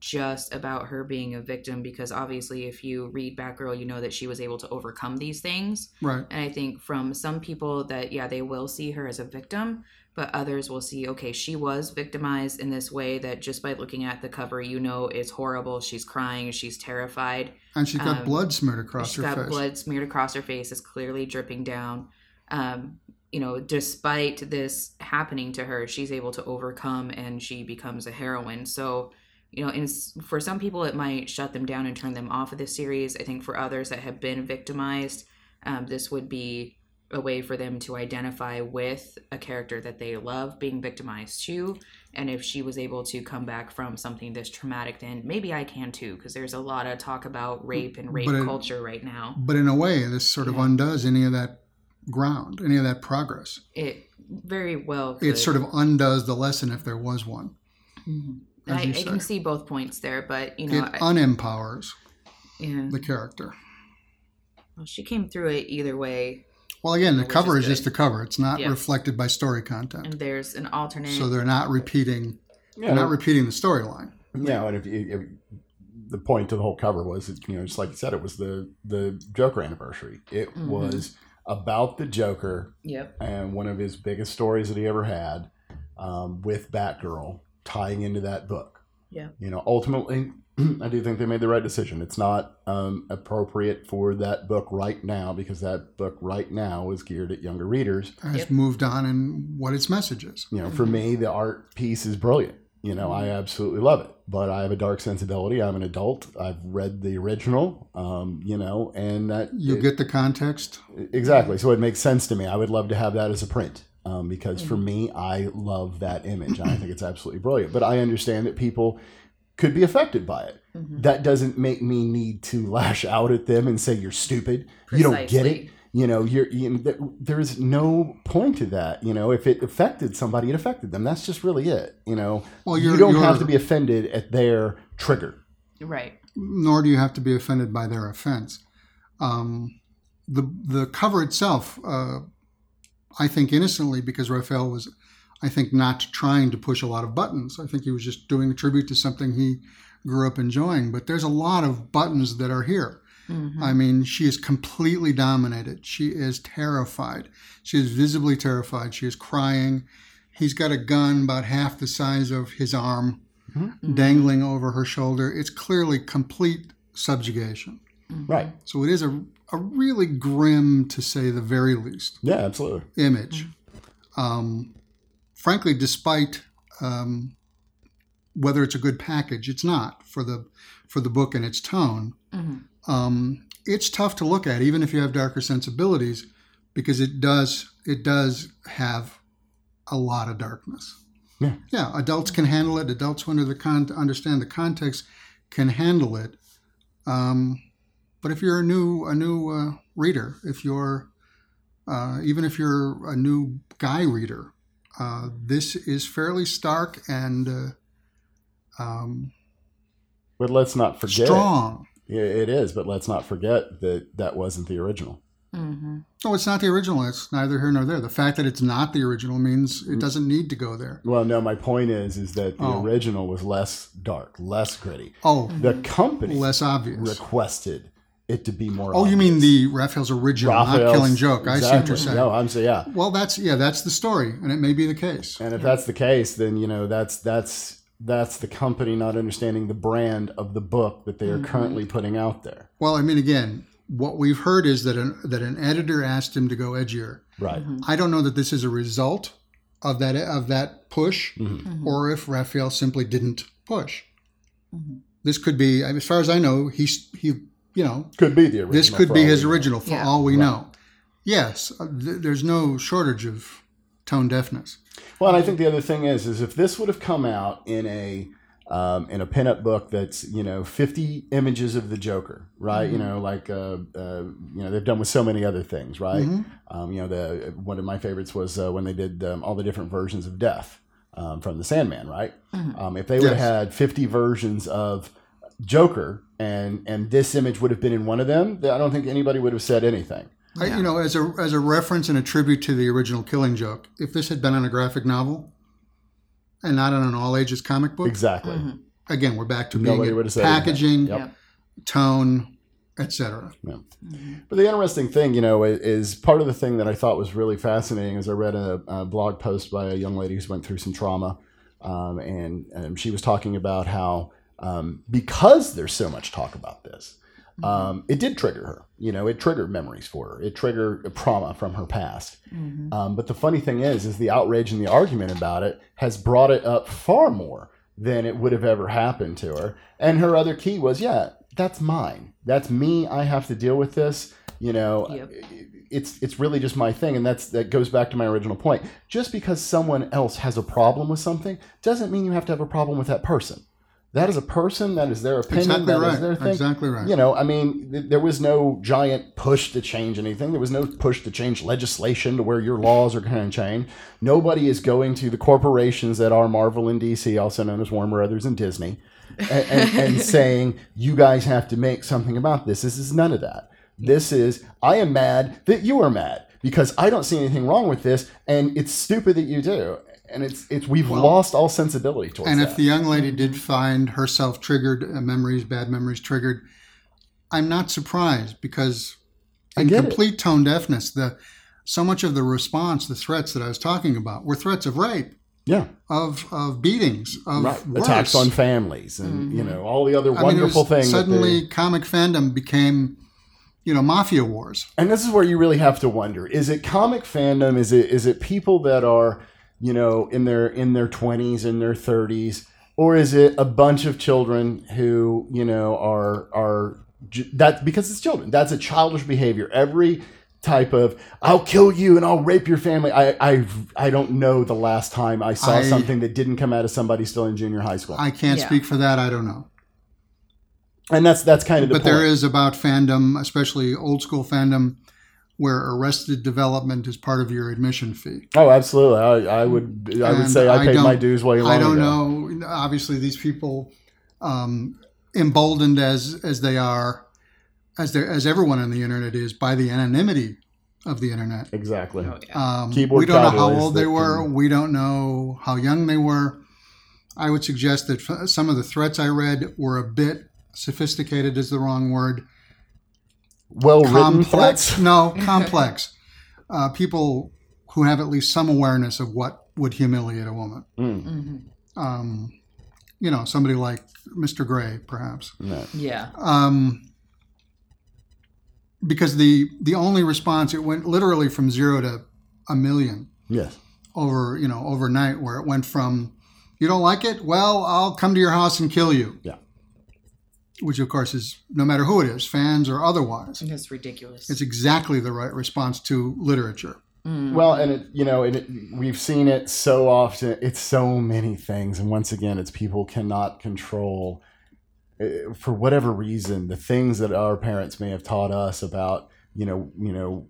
S3: just about her being a victim because obviously, if you read Batgirl, you know that she was able to overcome these things.
S2: Right.
S3: And I think from some people that, yeah, they will see her as a victim, but others will see, okay, she was victimized in this way that just by looking at the cover, you know, it's horrible. She's crying, she's terrified.
S2: And she's got
S3: Um,
S2: blood smeared across
S3: She's
S2: her
S3: got
S2: face.
S3: blood smeared across her face. It's clearly dripping down. Um, you know, despite this happening to her, she's able to overcome and she becomes a heroine. So, you know, in, s- for some people, it might shut them down and turn them off of the series. I think for others that have been victimized, um, this would be a way for them to identify with a character that they love being victimized to. And if she was able to come back from something this traumatic, then maybe I can too, because there's a lot of talk about rape and rape
S2: But it-
S3: culture right now.
S2: But in a way, this sort of
S3: Yeah.
S2: undoes any of that ground, any of that progress.
S3: it very well
S2: It sort of undoes the lesson if there was one. as
S3: Mm-hmm. I,
S2: you
S3: I can
S2: say.
S3: see both points there but you know
S2: it um,
S3: I,
S2: unempowers
S3: yeah
S2: the character.
S3: well, she came through it either way
S2: Well, again, the
S3: Which is
S2: cover is,
S3: good.
S2: just the cover. It's not
S3: Yeah.
S2: reflected by story content.
S3: and there's an alternate.
S2: So they're not repeating.
S1: Yeah,
S2: They're not repeating the storyline.
S1: yeah, and if, you- if the point of the whole cover was, you know, just like you said, it was the the Joker anniversary. It
S2: Mm-hmm.
S3: Mhm.
S1: was about the Joker
S3: yep.
S1: and one of his biggest stories that he ever had um, with Batgirl, tying into that book.
S3: Yeah.
S1: You know, ultimately, [CLEARS THROAT] I do think they made the right decision. It's not um, appropriate for that book right now because that book right now is geared at younger readers.
S2: It's
S3: Yep.
S2: moved on and what its message is.
S1: You know, for me, the art piece is brilliant. You know, I absolutely love it, but I have a dark sensibility. I'm an adult. I've read the original, um, you know, and that
S2: You
S1: it-
S2: get the context.
S1: Exactly. So it makes sense to me. I would love to have that as a print um, because for me, I love that image. I think it's absolutely brilliant. But I understand that people could be affected by it.
S3: mhm,
S1: That doesn't make me need to [LAUGHS] lash out at them and say you're stupid. You don't get it.
S3: precisely.
S1: You know, you're. You, th- there's no point to that. You know, if it affected somebody, it affected them. That's just really it. You know,
S2: Well,
S1: you
S2: you're-
S1: don't
S2: you're-
S1: have to be offended at their trigger.
S3: Right.
S2: nor do you have to be offended by their offense. Um, the the cover itself, uh, I think, innocently, because Raphael was, I think, not trying to push a lot of buttons. I think he was just doing a tribute to something he grew up enjoying. But there's a lot of buttons that are here.
S3: Mhm.
S2: I mean, she is completely dominated. She is terrified. She is visibly terrified. She is crying. He's got a gun about half the size of his arm
S3: Mhm,
S2: dangling over her shoulder. It's clearly complete subjugation.
S3: mhm.
S1: Right.
S2: So it is a, a really grim, to say the very least,
S1: Yeah, absolutely.
S2: image. Um, frankly, despite um, whether it's a good package, it's not for the for the book and its tone.
S3: Mhm,
S2: Um, it's tough to look at, even if you have darker sensibilities, because it does it does have a lot of darkness.
S1: Yeah.
S2: yeah. Adults can handle it. Adults who under the con- understand the context can handle it. Um, but if you're a new a new uh, reader, if you're uh, even if you're a new guy reader, uh, this is fairly stark and uh, um,
S1: But let's not forget.
S2: strong.
S1: Yeah, it is. But let's not forget that that wasn't the original.
S3: mhm.
S2: No, it's not the original. It's neither here nor there. The fact that it's not the original means it doesn't need to go there.
S1: Well, no, my point is is that the
S2: Oh.
S1: original was less dark, less gritty.
S2: Oh,
S1: The company
S2: less obvious.
S1: requested it to be more.
S2: Oh, you mean
S1: obvious.
S2: the Raphael's original, not
S1: Raphael's-
S2: Killing Joke? I see what
S1: exactly.
S2: you're saying.
S1: No, I'm saying yeah.
S2: Well, that's yeah, that's the story, and it may be the case.
S1: And if that's the case, then you know that's that's that's the company not understanding the brand of the book that they are
S2: Mm-hmm.
S3: Mhm.
S1: currently putting out there.
S2: Well, I mean, again, what we've heard is that an, that an editor asked him to go edgier.
S1: Right.
S3: Mhm,
S2: I don't know that this is a result of that of that push,
S1: Mhm.
S3: mhm,
S2: or if Raphael simply didn't push.
S3: mhm.
S2: This could be, as far as I know, he he you know
S1: Could be the original.
S2: this could
S1: for
S2: be
S1: all
S2: his
S1: we know.
S2: original for
S3: Yeah.
S2: all we
S1: Right.
S2: know yes uh, th- there's no shortage of tone deafness
S1: Well, and I think the other thing is, is if this would have come out in a um, in a pinup book that's you know fifty images of the Joker, right? You
S3: Mhm.
S1: know, like uh, uh, you know they've done with so many other things, right?
S2: Mhm.
S1: Um, you know, the one of my favorites was uh, when they did um, all the different versions of Death um, from the Sandman, right?
S3: Mhm.
S1: Um, if they would have
S2: Yes.
S1: had fifty versions of Joker and and this image would have been in one of them, then I don't think anybody would have said anything.
S2: I, you know as a as a reference and a tribute to the original killing joke if this had been on a graphic novel and not on an all ages comic book
S1: Exactly.
S3: Mhm.
S2: again we're back to
S1: Nobody
S2: being
S1: would've
S2: at
S1: said anything.
S2: packaging
S1: Yep.
S3: Yeah.
S2: tone etc
S3: Mhm.
S1: But the interesting thing, you know, i- is part of the thing that I thought was really fascinating is I read a, a blog post by a young lady who's went through some trauma, um, and um, she was talking about how um, because there's so much talk about this,
S3: Mm-hmm.
S1: um, it did trigger her. You know, it triggered memories for her. It triggered trauma from her past.
S3: Mhm.
S1: Um, but the funny thing is, is the outrage and the argument about it has brought it up far more than it would have ever happened to her. And her other key was, yeah, that's mine. That's me. I have to deal with this. You know,
S3: Yep.
S1: it's it's really just my thing, and that's that goes back to my original point. Just because someone else has a problem with something doesn't mean you have to have a problem with that person. That is a person. That is their opinion.
S2: exactly
S1: that is
S2: right
S1: their thing
S2: exactly right
S1: you know, I mean, th- there was no giant push to change anything. There was no push to change legislation to where your laws are going to change. Nobody is going to the corporations that are Marvel and DC, also known as Warner Brothers and Disney, and, and,
S2: [LAUGHS]
S1: and saying, you guys have to make something about this. This is none of that. This is, I am mad that you are mad. because I don't see anything wrong with this, and it's stupid that you do. And it's it's we've
S2: Well-
S1: lost all sensibility towards
S2: And
S1: that.
S2: if the young lady did find herself triggered, uh, memories, bad memories triggered, I'm not surprised because
S1: I
S2: in
S1: get it.
S2: complete tone deafness, the so much of the response, the threats that I was talking about, were threats of rape,
S1: yeah,
S2: of of beatings, of
S1: right.
S2: worse. Mm-hmm.
S1: attacks on families, and you know all the other
S2: I mean, it was-
S1: wonderful things. that they-
S2: Suddenly, comic fandom became, you know, mafia wars.
S1: and this is where you really have to wonder is it comic fandom is it is it people that are you know in their in their 20s in their 30s or is it a bunch of children who you know are are j- that because it's children that's a childish behavior every type of i'll kill you and i'll rape your family i i, I don't know the last time i saw
S2: I-
S1: something that didn't come out of somebody still in junior high school
S2: I can't
S3: Yeah.
S2: speak for that. I don't know.
S1: and that's that's kind of the
S2: but there
S1: point.
S2: is about fandom, especially old school fandom, where arrested development is part of your admission fee.
S1: oh absolutely i, I would i would
S2: And
S1: say i
S2: I
S1: paid my
S2: don't-
S1: dues way long
S2: I don't
S1: ago.
S2: know. Obviously, these people, um, emboldened as as they are, as they as everyone on the internet is by the anonymity of the internet.
S1: exactly
S3: Oh, yeah.
S2: Um,
S1: Keyboard
S2: we don't know how
S1: cowboys
S2: old they
S1: that
S2: were.
S1: can-
S2: We don't know how young they were. I would suggest that f- some of the threats I read were a bit sophisticated, is the wrong word.
S1: well written
S2: complex.
S1: threats.
S2: [LAUGHS]
S1: [LAUGHS]
S2: No, complex. Uh, people who have at least some awareness of what would humiliate a woman.
S1: Mm,
S3: Mhm.
S2: Um, you know, somebody like Mr. Gray, perhaps.
S1: no.
S3: Yeah.
S2: Um, because the the only response it went literally from zero to a million
S1: Yes.
S2: over you know overnight, where it went from you don't like it, well, I'll come to your house and kill you.
S1: Yeah.
S2: Which of course is no matter who it is, fans or otherwise.
S3: It's ridiculous.
S2: It's exactly the right response to literature.
S3: Mm.
S1: Well, and it, you know, and it, we've seen it so often. It's so many things, and once again, it's people cannot control, eh, for whatever reason, the things that our parents may have taught us about. You know, you know,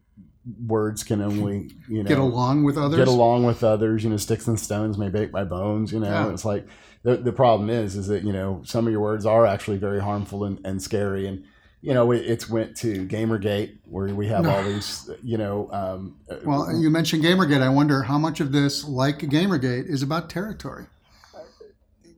S1: words can only you know
S2: Get along with others.
S1: get along with others. You know, sticks and stones may break my bones. You know,
S2: Yeah.
S1: it's like the, the problem is, is that you know some of your words are actually very harmful and, and scary. And you know, it, it's went to GamerGate where we have
S2: No. [SIGHS]
S1: all these, you know, um, uh,
S2: Well, you mentioned Gamergate. I wonder how much of this, like Gamergate, is about territory.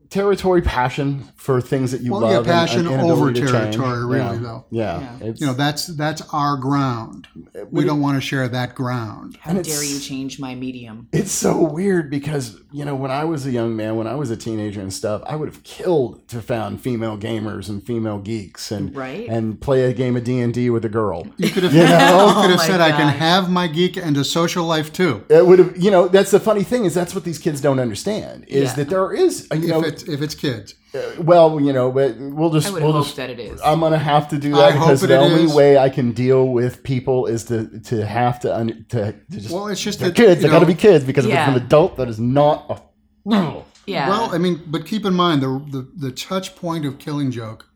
S1: territory passion for things that you
S2: well,
S1: love.
S2: yeah,
S1: and-
S2: passion
S1: and
S2: over
S1: inability to change.
S2: territory, really,
S1: Yeah.
S2: though.
S1: Yeah,
S3: Yeah.
S1: It's,
S2: You know, that's that's our ground. We don't want to share that ground.
S3: How
S1: and
S3: dare
S1: it's-
S3: you change my medium?
S1: It's so weird because you know when I was a young man, when I was a teenager and stuff, I would have killed to found female gamers and female geeks and
S3: Right?
S1: and play a game of D and D with a girl.
S2: You could
S1: [LAUGHS]
S2: have,
S1: You know?
S2: you could
S3: Oh
S2: have
S3: my
S2: said, "I can
S3: gosh.
S2: have my geek and a social life too."
S1: It would have, you know, that's the funny thing is that's what these kids don't understand is
S3: Yeah.
S1: that there is, you know,
S2: if it's if it's kids,
S1: well, you know, but we'll just,
S3: I would
S1: we'll
S3: hope
S1: just,
S3: that it is.
S1: I'm gonna have to do
S2: I
S1: that
S2: hope
S1: because
S2: that
S1: the
S2: it
S1: only
S2: is.
S1: way I can deal with people is to to have to un, to, to just
S2: well, it's just
S1: they're
S2: that
S1: kids. They
S2: you
S1: got to
S2: know,
S1: be kids because if
S3: Yeah.
S1: it's an adult, that is not a no.
S3: yeah.
S2: Well, I mean, but keep in mind the, the the touch point of Killing Joke.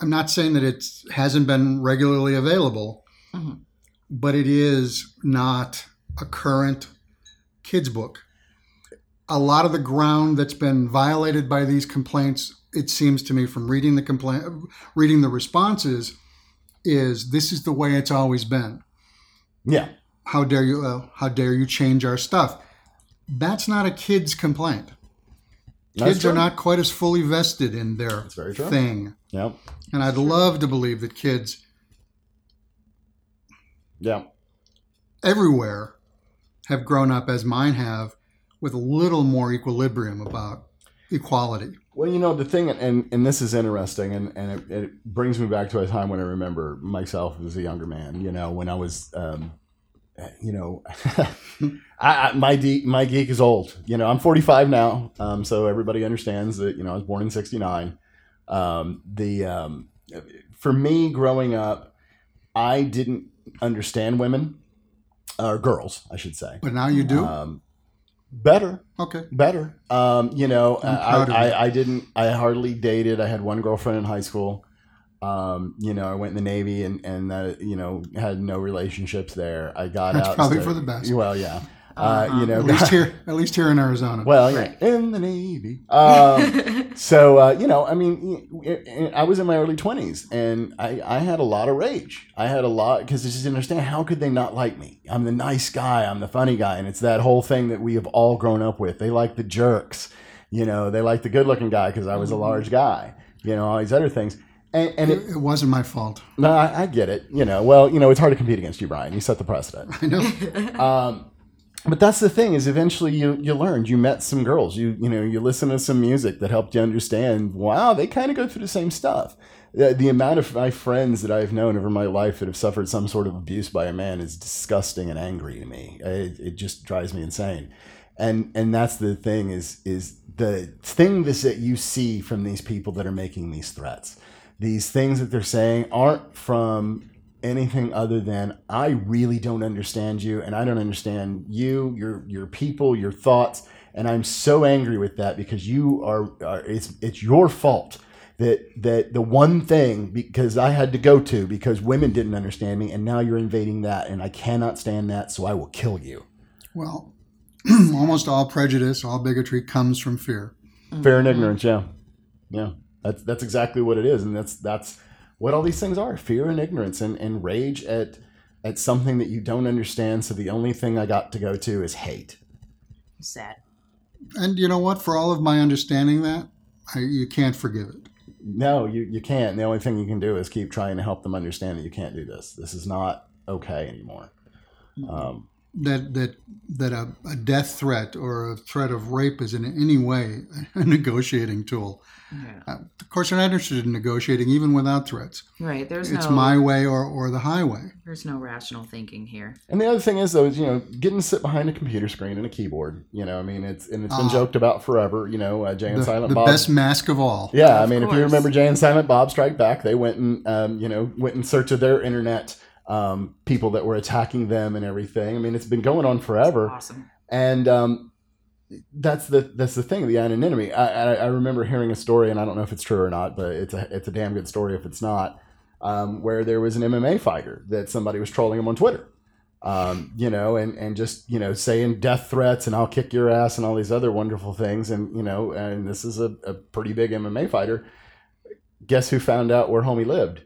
S2: I'm not saying that it hasn't been regularly available,
S3: Mhm.
S2: but it is not a current kids book. A lot of the ground that's been violated by these complaints, it seems to me, from reading the complaint, reading the responses, is this is the way it's always been
S1: Yeah,
S2: how dare you uh, how dare you change our stuff that's not a kid's complaint
S1: That's
S2: kids
S1: true.
S2: are not quite as fully vested in their
S1: very true.
S2: thing
S1: yeah,
S2: and i'd love to believe that kids
S1: yeah.
S2: everywhere have grown up as mine have with a little more equilibrium about equality
S1: Well, you know the thing, and and this is interesting, and and it, it brings me back to a time when I remember myself as a younger man. You know, when I was, um, you know, [LAUGHS] I, I my de- my geek is old. You know, I'm 45 now, um, so everybody understands that. You know, I was born in '69. Um, the um, for me growing up, I didn't understand women or girls, I should say.
S2: but now you do
S1: Um, better
S2: okay
S1: better. Um, you know,
S2: I'm
S1: I,
S2: proud of
S1: I,
S2: you.
S1: I didn't. I hardly dated. I had one girlfriend in high school. Um, you know, I went in the Navy and and that you know had no relationships there. I got
S2: That's
S1: out.
S2: probably
S1: instead-
S2: for the best.
S1: Well, yeah. Uh, you know,
S3: Uh-huh.
S1: [LAUGHS]
S2: At least here, at least here in Arizona.
S1: well, yeah,
S3: Right.
S1: in the Navy. Um,
S3: [LAUGHS]
S1: so uh, you know, I mean, y- y- I was in my early twenties, and I, I had a lot of rage. I had a lot because I just didn't understand how could they not like me? I'm the nice guy. I'm the funny guy, and it's that whole thing that we have all grown up with. They like the jerks, you know. They like the good-looking guy because I was a large guy, you know, all these other things. And, and it,
S2: it, it wasn't my fault. [LAUGHS]
S1: no, I, I get it. You know, well, you know, it's hard to compete against you, Brian. You set the precedent.
S2: I know.
S3: Mm.
S1: [LAUGHS] Um, but that's the thing is eventually you you learned you met some girls you you know you listened to some music that helped you understand wow they kind of go through the same stuff the, the amount of my friends that I've known over my life that have suffered some sort of abuse by a man is disgusting and angry to me it, it just drives me insane and and that's the thing is is the thing this, that you see from these people that are making these threats these things that they're saying aren't from anything other than I really don't understand you and I don't understand you, your your people, your thoughts, and I'm so angry with that because you are, are it's it's your fault that that the one thing because I had to go to because women didn't understand me and now you're invading that and I cannot stand that so I will kill you.
S2: Well, [CLEARS THROAT] almost all prejudice, all bigotry comes from fear.
S1: Fear
S2: Mm-hmm.
S1: and ignorance, yeah. Yeah. That's that's exactly what it is. And that's that's what all these things are. Fear and ignorance and, and rage at at something that you don't understand. So the only thing I got to go to is hate.
S3: Sad.
S2: And you know what? For all of my understanding that, I, you can't forgive it.
S1: No, you, you can't. The only thing you can do is keep trying to help them understand that you can't do this. This is not okay anymore.
S2: Mm-hmm. Uh,
S1: Um,
S2: That that that a, a death threat or a threat of rape is in any way [LAUGHS] a negotiating tool.
S3: Yeah.
S2: Uh, of course, they're not interested in negotiating even without threats.
S3: Right. There's
S2: it's
S3: no
S2: my way or, or the highway.
S3: there's no rational thinking here.
S1: and the other thing is though is you know getting to sit behind a computer screen and a keyboard. You know, I mean it's and it's been
S2: Ah.
S1: joked about forever. You know, uh, Jay and
S2: The,
S1: Silent
S2: the
S1: Bob.
S2: best mask of all.
S1: Yeah, I
S3: Of
S1: mean, if you
S3: course.
S1: remember Jay and Silent Bob Strike Back, they went and um, you know went in search of their internet um, people that were attacking them and everything. I mean, it's been going on forever,
S3: Awesome.
S1: and um, that's the that's the thing, the anonymity. I, I, I remember hearing a story, and I don't know if it's true or not, but it's a it's a damn good story if it's not. Um, where there was an MMA fighter that somebody was trolling him on Twitter, um, you know, and and just you know saying death threats and I'll kick your ass and all these other wonderful things, and you know, and this is a, a pretty big MMA fighter. Guess who found out where homie lived,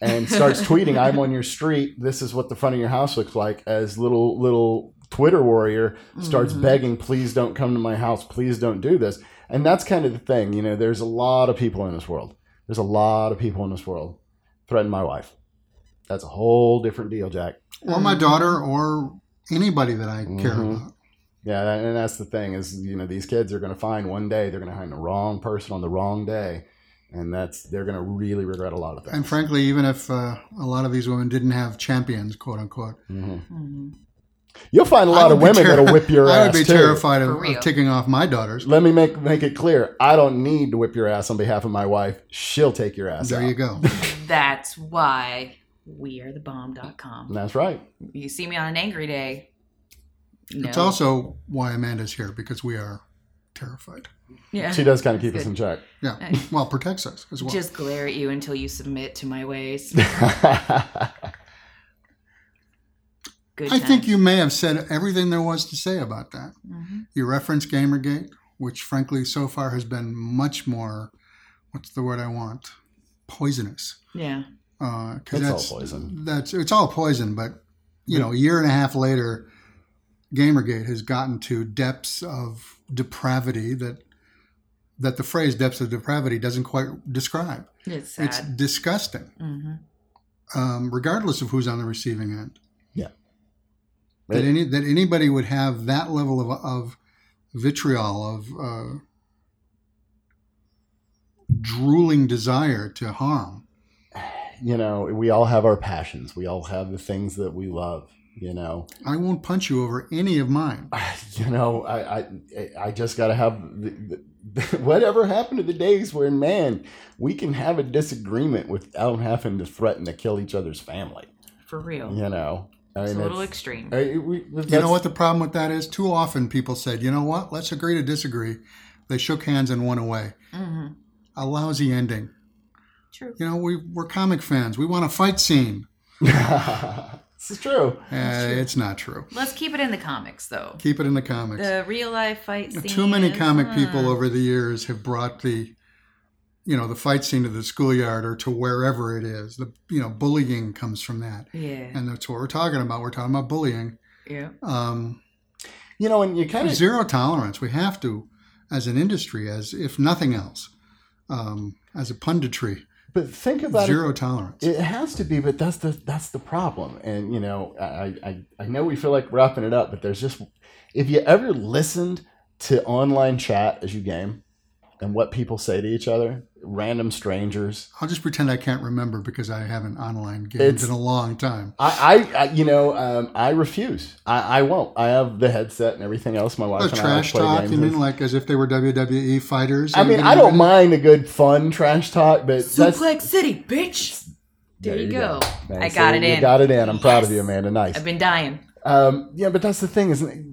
S1: and starts tweeting, "I'm on your street. This is what the front of your house looks like." As little little Twitter warrior starts
S2: Mm-hmm.
S3: Mhm.
S1: begging, "Please don't come to my house. Please don't do this." And that's kind of the thing, you know. There's a lot of people in this world. There's a lot of people in this world threaten my wife. That's a whole different deal, Jack.
S2: Or
S3: Mm-hmm.
S2: my daughter or anybody that I care
S1: Mhm.
S2: about.
S1: Yeah, that- and that's the thing is, you know, these kids are going to find one day they're going to find the wrong person on the wrong day, and that's they're going to really regret a lot of things.
S2: And frankly, even if uh, a lot of these women didn't have champions, quote unquote,
S1: Mhm.
S3: Mhm.
S1: You'll find a
S2: I
S1: lot
S2: would
S1: of
S2: be
S1: women
S2: terri-
S1: that'll whip your
S2: I
S1: ass
S2: would be
S1: too.
S2: terrified of,
S3: For
S2: of
S3: real.
S2: ticking off my daughters.
S1: Let me make make it clear. I don't need to whip your ass on behalf of my wife. She'll take your ass
S2: There
S1: out.
S2: you
S3: [LAUGHS]
S2: go.
S3: That's why we are the bomb.com.
S1: That's right.
S3: You see me on an angry day. No.
S2: It's also why Amanda's here because we are terrified.
S3: yeah. [LAUGHS]
S1: She does kind of keep
S3: That's
S1: us in check.
S2: Yeah.
S3: Nice.
S2: Well, protects us as well.
S3: Just glare at you until you submit to
S2: [LAUGHS]
S3: my ways. Good.
S2: I think
S3: times.
S2: you may have said everything there was to say about that.
S3: Mhm.
S2: You referenced Gamergate, which frankly so far has been much more, what's the word I want? Poisonous.
S3: Yeah.
S2: Uh, 'cause
S1: It's all
S2: that's-
S1: poison.
S2: That's it's all poison, but you know, a year and a half later, Gamergate has gotten to depths of depravity that that the phrase "depths of depravity" doesn't quite describe.
S3: It's
S2: It's
S3: sad.
S2: disgusting,
S3: hmm
S2: um, regardless of who's on the receiving end.
S1: Yeah.
S2: That any that anybody would have that level of of vitriol of uh, drooling desire to harm.
S1: [LAUGHS] you know, we all have our passions. We all have the things that we love. You know, [SIGHS]
S2: I won't punch you over any of mine.
S1: you know, I I, I just got to have the, the, [LAUGHS] whatever happened to the days where man, we can have a disagreement without having to threaten to kill each other's family.
S3: For real.
S1: You know, I
S3: it's
S1: mean,
S3: a little
S1: that's-
S3: extreme.
S1: I- we-
S2: You
S1: that's-
S2: know what the problem with that is? Too often people said, you know what, let's agree to disagree. They shook hands and went away.
S3: hmm
S2: A lousy ending.
S3: True.
S2: You know, we, we're comic fans. We want a fight scene.
S1: [LAUGHS] This is true.
S2: Uh, it's not true.
S3: Let's keep it in the comics, though.
S2: Keep it in the comics.
S3: The real life fight scene.
S2: Too many comic people
S3: uh,
S2: over the years have brought the, you know, the fight scene to the schoolyard or to wherever it is. The you know bullying comes from that,
S1: Uh,
S3: Yeah.
S2: and that's what we're talking about. We're talking about bullying.
S3: Yeah.
S2: Um,
S1: You know, and you kind of
S2: zero tolerance. We have to, as an industry, as if nothing else, um, as a punditry,
S1: but think about it.
S2: zero tolerance.
S1: It has to be, but that's the that's the problem. And you know, I, I I know we feel like wrapping it up, but there's just if you ever listened to online chat as you game and what people say to each other, random strangers.
S2: I'll just pretend I can't remember because I haven't online games
S1: It's-
S2: in a long time.
S1: I, I, I you know, um, I refuse. I, I won't. I have the headset and everything else. My wife
S2: Oh,
S1: and
S2: trash
S1: I play
S2: talk,
S1: games
S2: you
S1: with.
S2: mean like as if they were WWE fighters?
S1: I
S2: and
S1: mean,
S2: you
S1: I don't
S2: even-
S1: mind a good fun trash talk, but that's
S3: Suplex City, bitch. There, you go. I
S1: Thanks.
S3: got
S1: So
S3: it
S1: you
S3: in.
S1: Got it in. I'm proud of
S3: Yes.
S1: you, Amanda. Nice.
S3: I've been dying.
S1: Um, yeah, but that's the thing, isn't it?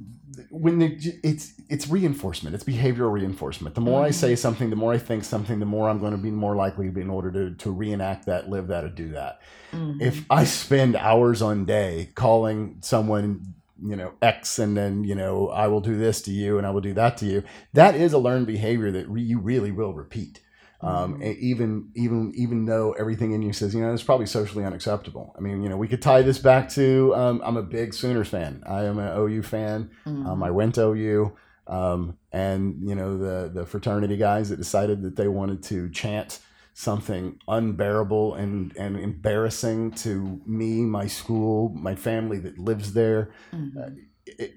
S1: When the, it's it's reinforcement, it's behavioral reinforcement. The more I
S3: Mhm.
S1: say something, the more I think something, the more I'm going to be more likely to be in order to, to reenact that, live that, or do that.
S3: Mhm.
S1: If I spend hours on day calling someone, you know, X, and then you know, I will do this to you, and I will do that to you. That is a learned behavior that re- you really will repeat. Um,
S3: Mhm.
S1: e- even even even though everything in you says you know it's probably socially unacceptable. I mean, you know, we could tie this back to um, I'm a big Sooners fan. I am an OU fan.
S3: Mhm.
S1: Um, I went to OU, um, and you know the the fraternity guys that decided that they wanted to chant something unbearable and and embarrassing to me, my school, my family that lives there uh,
S3: Mhm.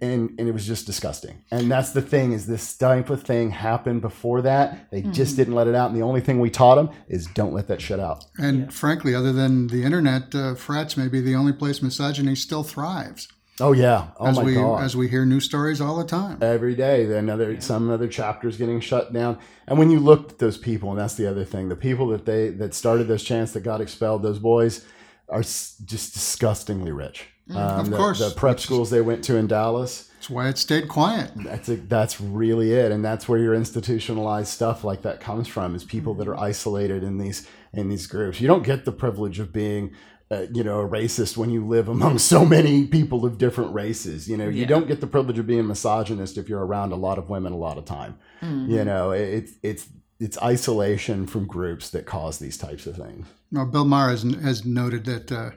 S1: and and it was just disgusting. And that's the thing is this type of thing happened before that. They
S3: Mhm.
S1: just didn't let it out, and the only thing we taught them is don't let that shit out.
S2: And
S3: Yeah.
S2: frankly, other than the internet, uh, frats may be the only place misogyny still thrives.
S1: Oh yeah. Oh
S2: as
S1: my
S2: we
S1: god.
S2: as we hear news stories all the time.
S1: Every day, then another
S3: Yeah.
S1: some other chapters getting shut down. And when you look at those people, and that's the other thing, the people that they that started those chants that got expelled, those boys are s- just disgustingly rich. Um,
S3: Mhm.
S2: Mm. Of
S1: the-
S2: course.
S1: the prep schools they went to in Dallas.
S2: That's why it stayed quiet.
S1: that's a, that's really it and that's where your institutionalized stuff like that comes from is people that are isolated in these in these groups you don't get the privilege of being uh, you know a racist when you live among [LAUGHS] so many people of different races you know you
S3: Yeah.
S1: don't get the privilege of being misogynist if you're around a lot of women a lot of time
S3: Mhm.
S1: you know it, it's it's it's isolation from groups that cause these types of things
S2: Now, Bill Maher has, has noted that uh,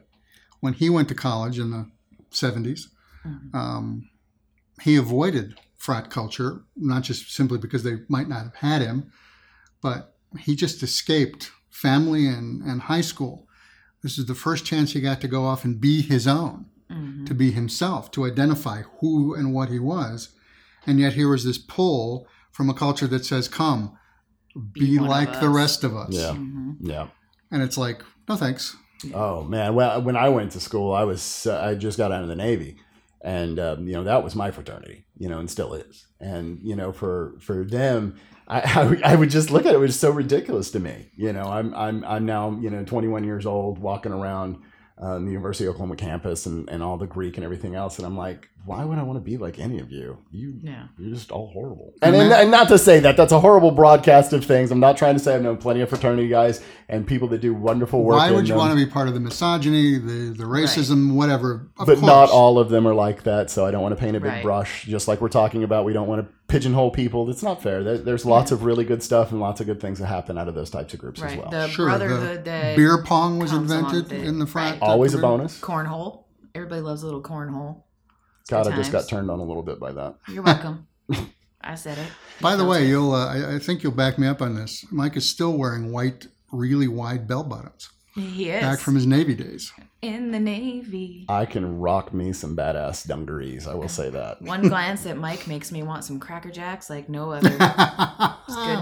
S2: when he went to college in the 70s,
S3: Mhm.
S2: um, he avoided frat culture, not just simply because they might not have had him, but he just escaped family and, and high school. This is the first chance he got to go off and be his own,
S3: Mhm.
S2: to be himself, to identify who and what he was. And yet here was this pull from a culture that says, come, be,
S3: Be one of
S2: like the
S3: us."
S2: rest of us.
S1: Yeah.
S3: Mhm.
S1: yeah
S2: And it's like, no thanks.
S1: Oh man, well, when I went to school, I was uh, I just got out of the Navy, and um, you know that was my fraternity, you know, and still is. And you know, for for them, I, [LAUGHS] I would- I would just look at it. It was so ridiculous to me. You know, I'm I'm I'm now you know 21 years old, walking around um, the University of Oklahoma campus and and all the Greek and everything else, and I'm like, why would I want to be like any of you? You
S3: Yeah.
S1: you're just all horrible.
S2: And
S1: And, and,
S2: that-
S1: and not to say that that's a horrible broadcast of things. I'm not trying to say I've known plenty of fraternity guys and people that do wonderful work.
S2: Why
S1: in um,
S2: would you
S1: them
S2: want to be part of the misogyny, the, the racism, whatever? Of
S1: but
S2: course.
S1: not all of them are like that. So I don't want to paint a big
S3: Right.
S1: brush. Just like we're talking about, we don't want to pigeonhole people. That's not fair. There, there's lots of really good stuff and lots of good things that happen out of those types of groups as
S3: Right.
S1: well.
S3: The
S2: Sure, the
S3: brotherhood that
S2: Beer pong was
S3: comes along
S2: invented
S3: with it.
S2: in the frat.
S3: Right.
S1: Always a
S2: Dr. Beer.
S1: bonus.
S3: cornhole. Everybody loves a little cornhole.
S1: God, I just
S3: times.
S1: got turned on a little bit by that. [LAUGHS]
S3: You're welcome. I said it.
S2: By the way, you'll uh, I, I think you'll back me up on this. Mike is still wearing white, really wide bell bottoms
S3: he is
S2: back from his Navy days.
S3: in the Navy.
S1: I can rock me some badass dungarees. I will say that.
S3: One glance at Mike makes me want some Cracker Jacks like
S1: [LAUGHS]
S3: no other. good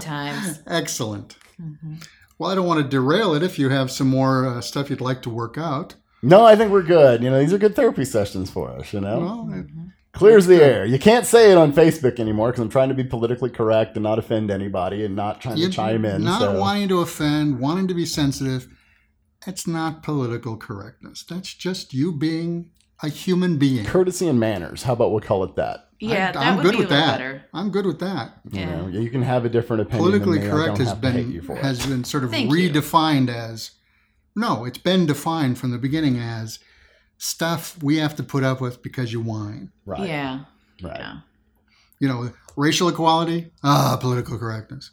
S2: [LAUGHS]
S3: times.
S2: Excellent.
S3: Mhm.
S2: Well, I don't want to derail it. If you have some more uh, stuff you'd like to work out,
S1: No, I think we're good. You know, these are good therapy sessions for us. You know,
S2: well, it-
S3: Mhm.
S1: clears the air. You can't say it on Facebook anymore because I'm trying to be politically correct and not offend anybody and not trying
S2: you-
S1: to chime in.
S2: Not
S1: so.
S2: wanting to offend, wanting to be sensitive. It's not political correctness. That's just you being a human being.
S1: courtesy and manners. How about we'll call it that?
S3: Yeah,
S2: I-
S3: that
S2: I'm
S3: would
S2: good
S3: be
S2: with
S3: a little
S2: that.
S3: better.
S2: I'm good with that.
S1: You,
S3: Yeah.
S1: know, you can have a different opinion. than
S2: Politically
S1: me. I
S2: correct
S1: don't
S2: has
S1: have to hate
S2: been
S1: you for it.
S2: has been sort of
S3: Thank you.
S2: redefined as no, it's been defined from the beginning as stuff we have to put up with because you whine.
S1: Right.
S3: Yeah.
S1: Right.
S3: Yeah.
S2: You know, racial equality, ah, political correctness.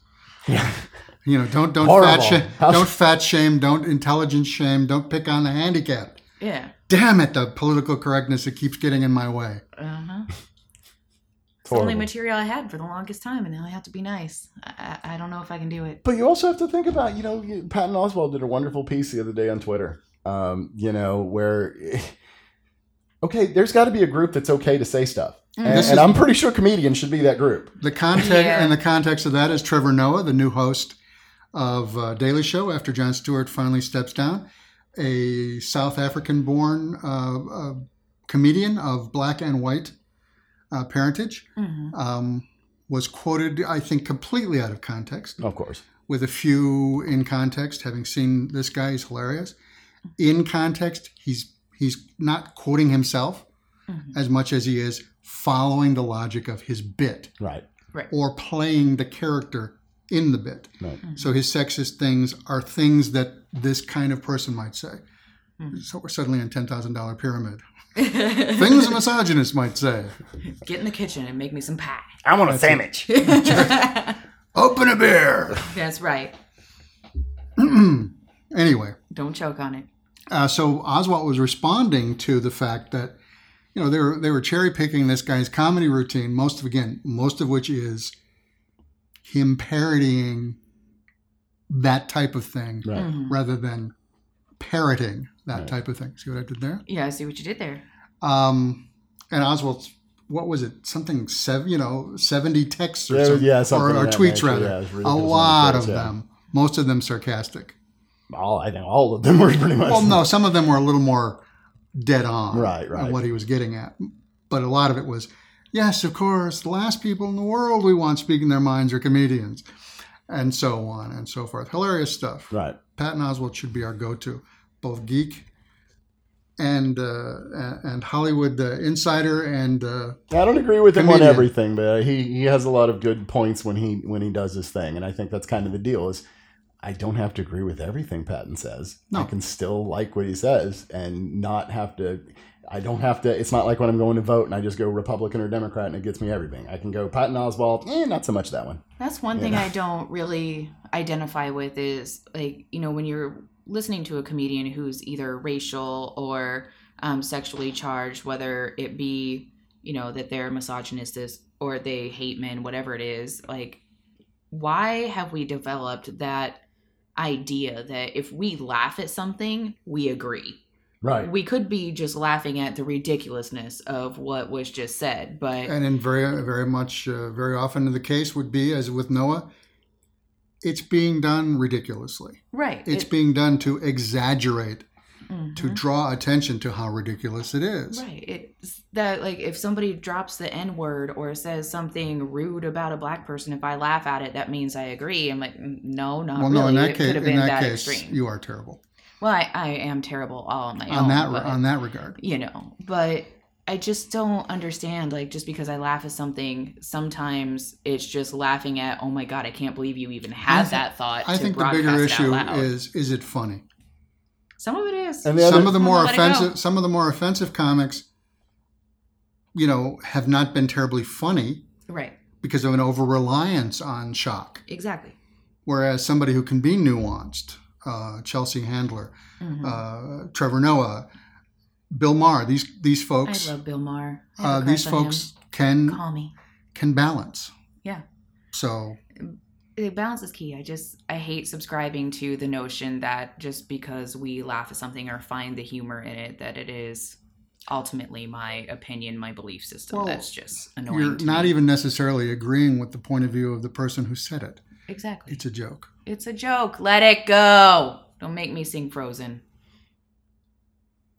S1: Yeah.
S2: You know, don't don't
S1: Horrible.
S2: fat shame,
S1: How-
S2: don't fat shame, don't intelligence shame, don't pick on the handicapped.
S3: Yeah.
S2: Damn it, the political correctness that keeps getting in my way.
S3: Uh-huh. It's the only
S1: Horrible.
S3: material I had for the longest time, and now I have to be nice. I, I, I don't know if I can do it.
S1: [LAUGHS] But you also have to think about, you know, you- Patton Oswald did a wonderful piece the other day on Twitter, um, you know, where, [LAUGHS] okay, there's got to be a group that's okay to say stuff.
S3: Mm.
S1: And,
S2: This
S1: and
S2: is-
S1: I'm pretty sure comedians should be that group.
S2: The context
S3: Yeah.
S2: and the context of that is Trevor Noah, the new host of uh, Daily Show, after Jon Stewart finally steps down, a South African-born uh, uh, comedian of black and white uh, parentage,
S3: Mhm.
S2: um, was quoted, I think, completely out of context,
S1: Of course.
S2: with a few in context. Having seen this guy, he's hilarious. In context, he's he's not quoting himself
S3: Mhm.
S2: as much as he is following the logic of his bit
S1: Right.
S2: or playing the character in the bit.
S1: Right.
S2: So his sexist things are things that this kind of person might say.
S3: Mhm.
S2: So we're suddenly on ten thousand dollar pyramid. Things a misogynist might say.
S3: [LAUGHS] Get in the kitchen and make me some pie.
S1: I want a sandwich.
S2: Open a beer.
S3: [LAUGHS]
S2: [CLEARS THROAT]
S3: That's right.
S2: anyway,
S3: Don't choke on it.
S2: uh, so Oswald was responding to the fact that you know they were they were cherry picking this guy's comedy routine. Most of again, most of which is him parodying that type of thing
S1: Right.
S3: Mhm.
S2: rather than parroting that
S1: Right.
S2: type of thing. See what I did there?
S3: Yeah, I see what you did there.
S2: Um, and Oswald's, what was it? Something seven, you know, seventy texts or
S1: Yeah,
S2: something,
S1: yeah, something
S2: or, or
S1: of that
S2: tweets
S1: nature.
S2: rather.
S1: Yeah, it was ridiculous
S2: a
S1: amount of
S2: lot
S1: tweets,
S2: of
S1: yeah.
S2: them, most of them sarcastic.
S1: All, I think all of them [LAUGHS] were pretty much.
S2: Well, no, some of them were a little more dead on,
S1: Right, right.
S2: on what he was getting at, but a lot of it was, yes, of course, the last people in the world we want speaking their minds are comedians, and so on and so forth. Hilarious stuff.
S1: Right.
S2: Patton Oswalt should be our go-to, both geek and uh, and Hollywood uh, insider and uh,
S1: I don't agree with him on
S2: Comedian.
S1: everything, but he, he has a lot of good points when he when he does his thing, and I think that's kind of the deal is I don't have to agree with everything Patton says.
S2: No.
S1: I can still like what he says and not have to. I don't have to. It's not like when I'm going to vote and I just go Republican or Democrat and it gets me everything. I can go Patton Oswald. Eh, not so much that one.
S3: That's one
S1: You
S3: thing
S1: know?
S3: I don't really identify with is like, you know, when you're listening to a comedian who's either racial or um, sexually charged, whether it be, you know, that they're misogynistic or they hate men, whatever it is, like, why have we developed that idea that if we laugh at something, we agree?
S1: Right.
S3: We could be just laughing at the ridiculousness of what was just said, but
S2: and in very very much uh, very often the case would be as with Noah, it's being done ridiculously.
S3: right.
S2: It's
S3: it-
S2: being done to exaggerate to
S3: Mhm.
S2: draw attention to how ridiculous it is.
S3: Right. It's that like if somebody drops the N word or says something rude about a black person, if I laugh at it, that means I agree. I'm like, "Mm, no, not
S2: well,
S3: really.
S2: no, in that
S3: it
S2: case,
S3: could have been
S2: in that,
S3: that,
S2: case,
S3: extreme.
S2: you are terrible
S3: well, I, I am terrible all on my
S2: on
S3: own.
S2: that
S3: but,
S2: on that regard.
S3: you know, but I just don't understand. Like, just because I laugh at something, sometimes it's just laughing at. Oh my god, I can't believe you even had
S2: I thi-
S3: that thought.
S2: I
S3: to
S2: think the bigger
S3: broadcast it out
S2: issue
S3: loud."
S2: is is it funny?
S3: some of it is.
S1: And the
S2: some
S1: other-
S2: of the
S3: I'm
S2: more
S3: gonna let it go.
S2: offensive some of the more offensive comics you know have not been terribly funny
S3: right.
S2: because of an over reliance on shock
S3: Exactly.
S2: whereas somebody who can be nuanced uh, chelsea handler
S3: Mhm.
S2: uh, trevor noah bill maher these these folks
S3: I love Bill Maher. I
S2: uh,
S3: have a
S2: these
S3: crush on him.
S2: folks can
S3: Call me.
S2: can balance
S3: Yeah.
S2: so
S3: the balance is key. I just I hate subscribing to the notion that just because we laugh at something or find the humor in it, that it is ultimately my opinion, my belief system.
S2: Well,
S3: That's just annoying.
S2: you're
S3: to
S2: not
S3: me.
S2: even necessarily agreeing with the point of view of the person who said it
S3: exactly.
S2: it's a joke
S3: It's a joke. Let it go. Don't make me sing Frozen.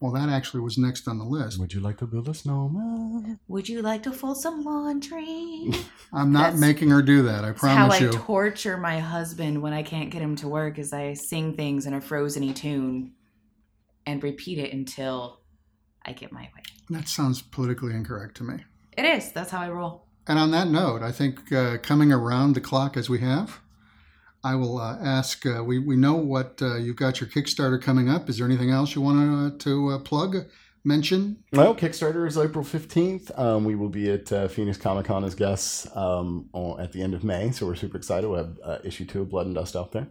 S2: well that actually was next on the list
S1: Would you like to build a snowman?
S3: Would you like to fold some
S2: [LAUGHS]
S3: laundry?
S2: i'm not
S3: That's-
S2: making her do that i
S3: It's how
S2: promise
S3: I
S2: you
S3: torture my husband when I can't get him to work is I sing things in a frozeny tune and repeat it until I get my way.
S2: That sounds politically incorrect to me.
S3: It is. That's how I roll.
S2: And on that note, I think uh, coming around the clock as we have, I will uh, ask. Uh, we we know what uh, you've got your Kickstarter coming up. Is there anything else you want to uh, to uh, plug mention?
S1: Well, Kickstarter is April 15th. Um, we will be at uh, Phoenix Comic Con as guests um, on- at the end of May. So we're super excited. We'll have uh, issue two of Blood and Dust out there.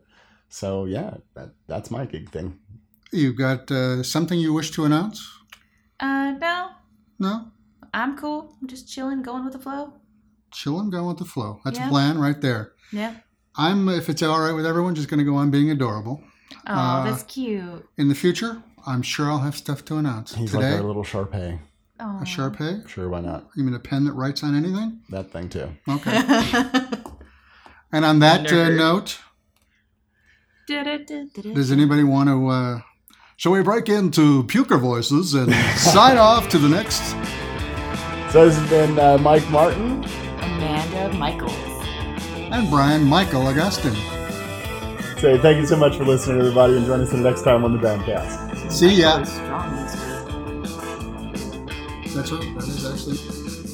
S1: So, yeah, that, that's my gig thing.
S2: You've got uh, something you wish to announce?
S3: Uh, no,
S2: No?
S3: I'm cool. I'm just chilling, going with the flow.
S2: Chillin', going with the flow. That's a
S3: Yeah.
S2: plan right there.
S3: Yeah.
S2: I'm, if it's all right with everyone, just going to go on being adorable.
S3: Oh,
S2: Uh,
S3: that's cute.
S2: In the future, I'm sure I'll have stuff to announce.
S1: He's
S2: Today,
S1: like our little Sharpay.
S3: Oh,
S2: a
S3: [LAUGHS]
S2: Sharpay?
S1: Sure, why not?
S2: You mean a pen that writes on anything?
S1: That thing, too.
S2: Okay. and on that uh,
S3: Nerd.
S2: note, Does anybody want to? Uh, shall we break into puker voices
S3: [LAUGHS]
S2: and sign off to the next?
S1: So, this has been uh, Mike Martin.
S3: Amanda Michaels.
S2: And Brian Michael Augustine.
S1: So, thank you so much for listening, everybody, and join us the next time on the Bandcast.
S2: See ya.
S3: Strong monster.
S2: That's what that is actually.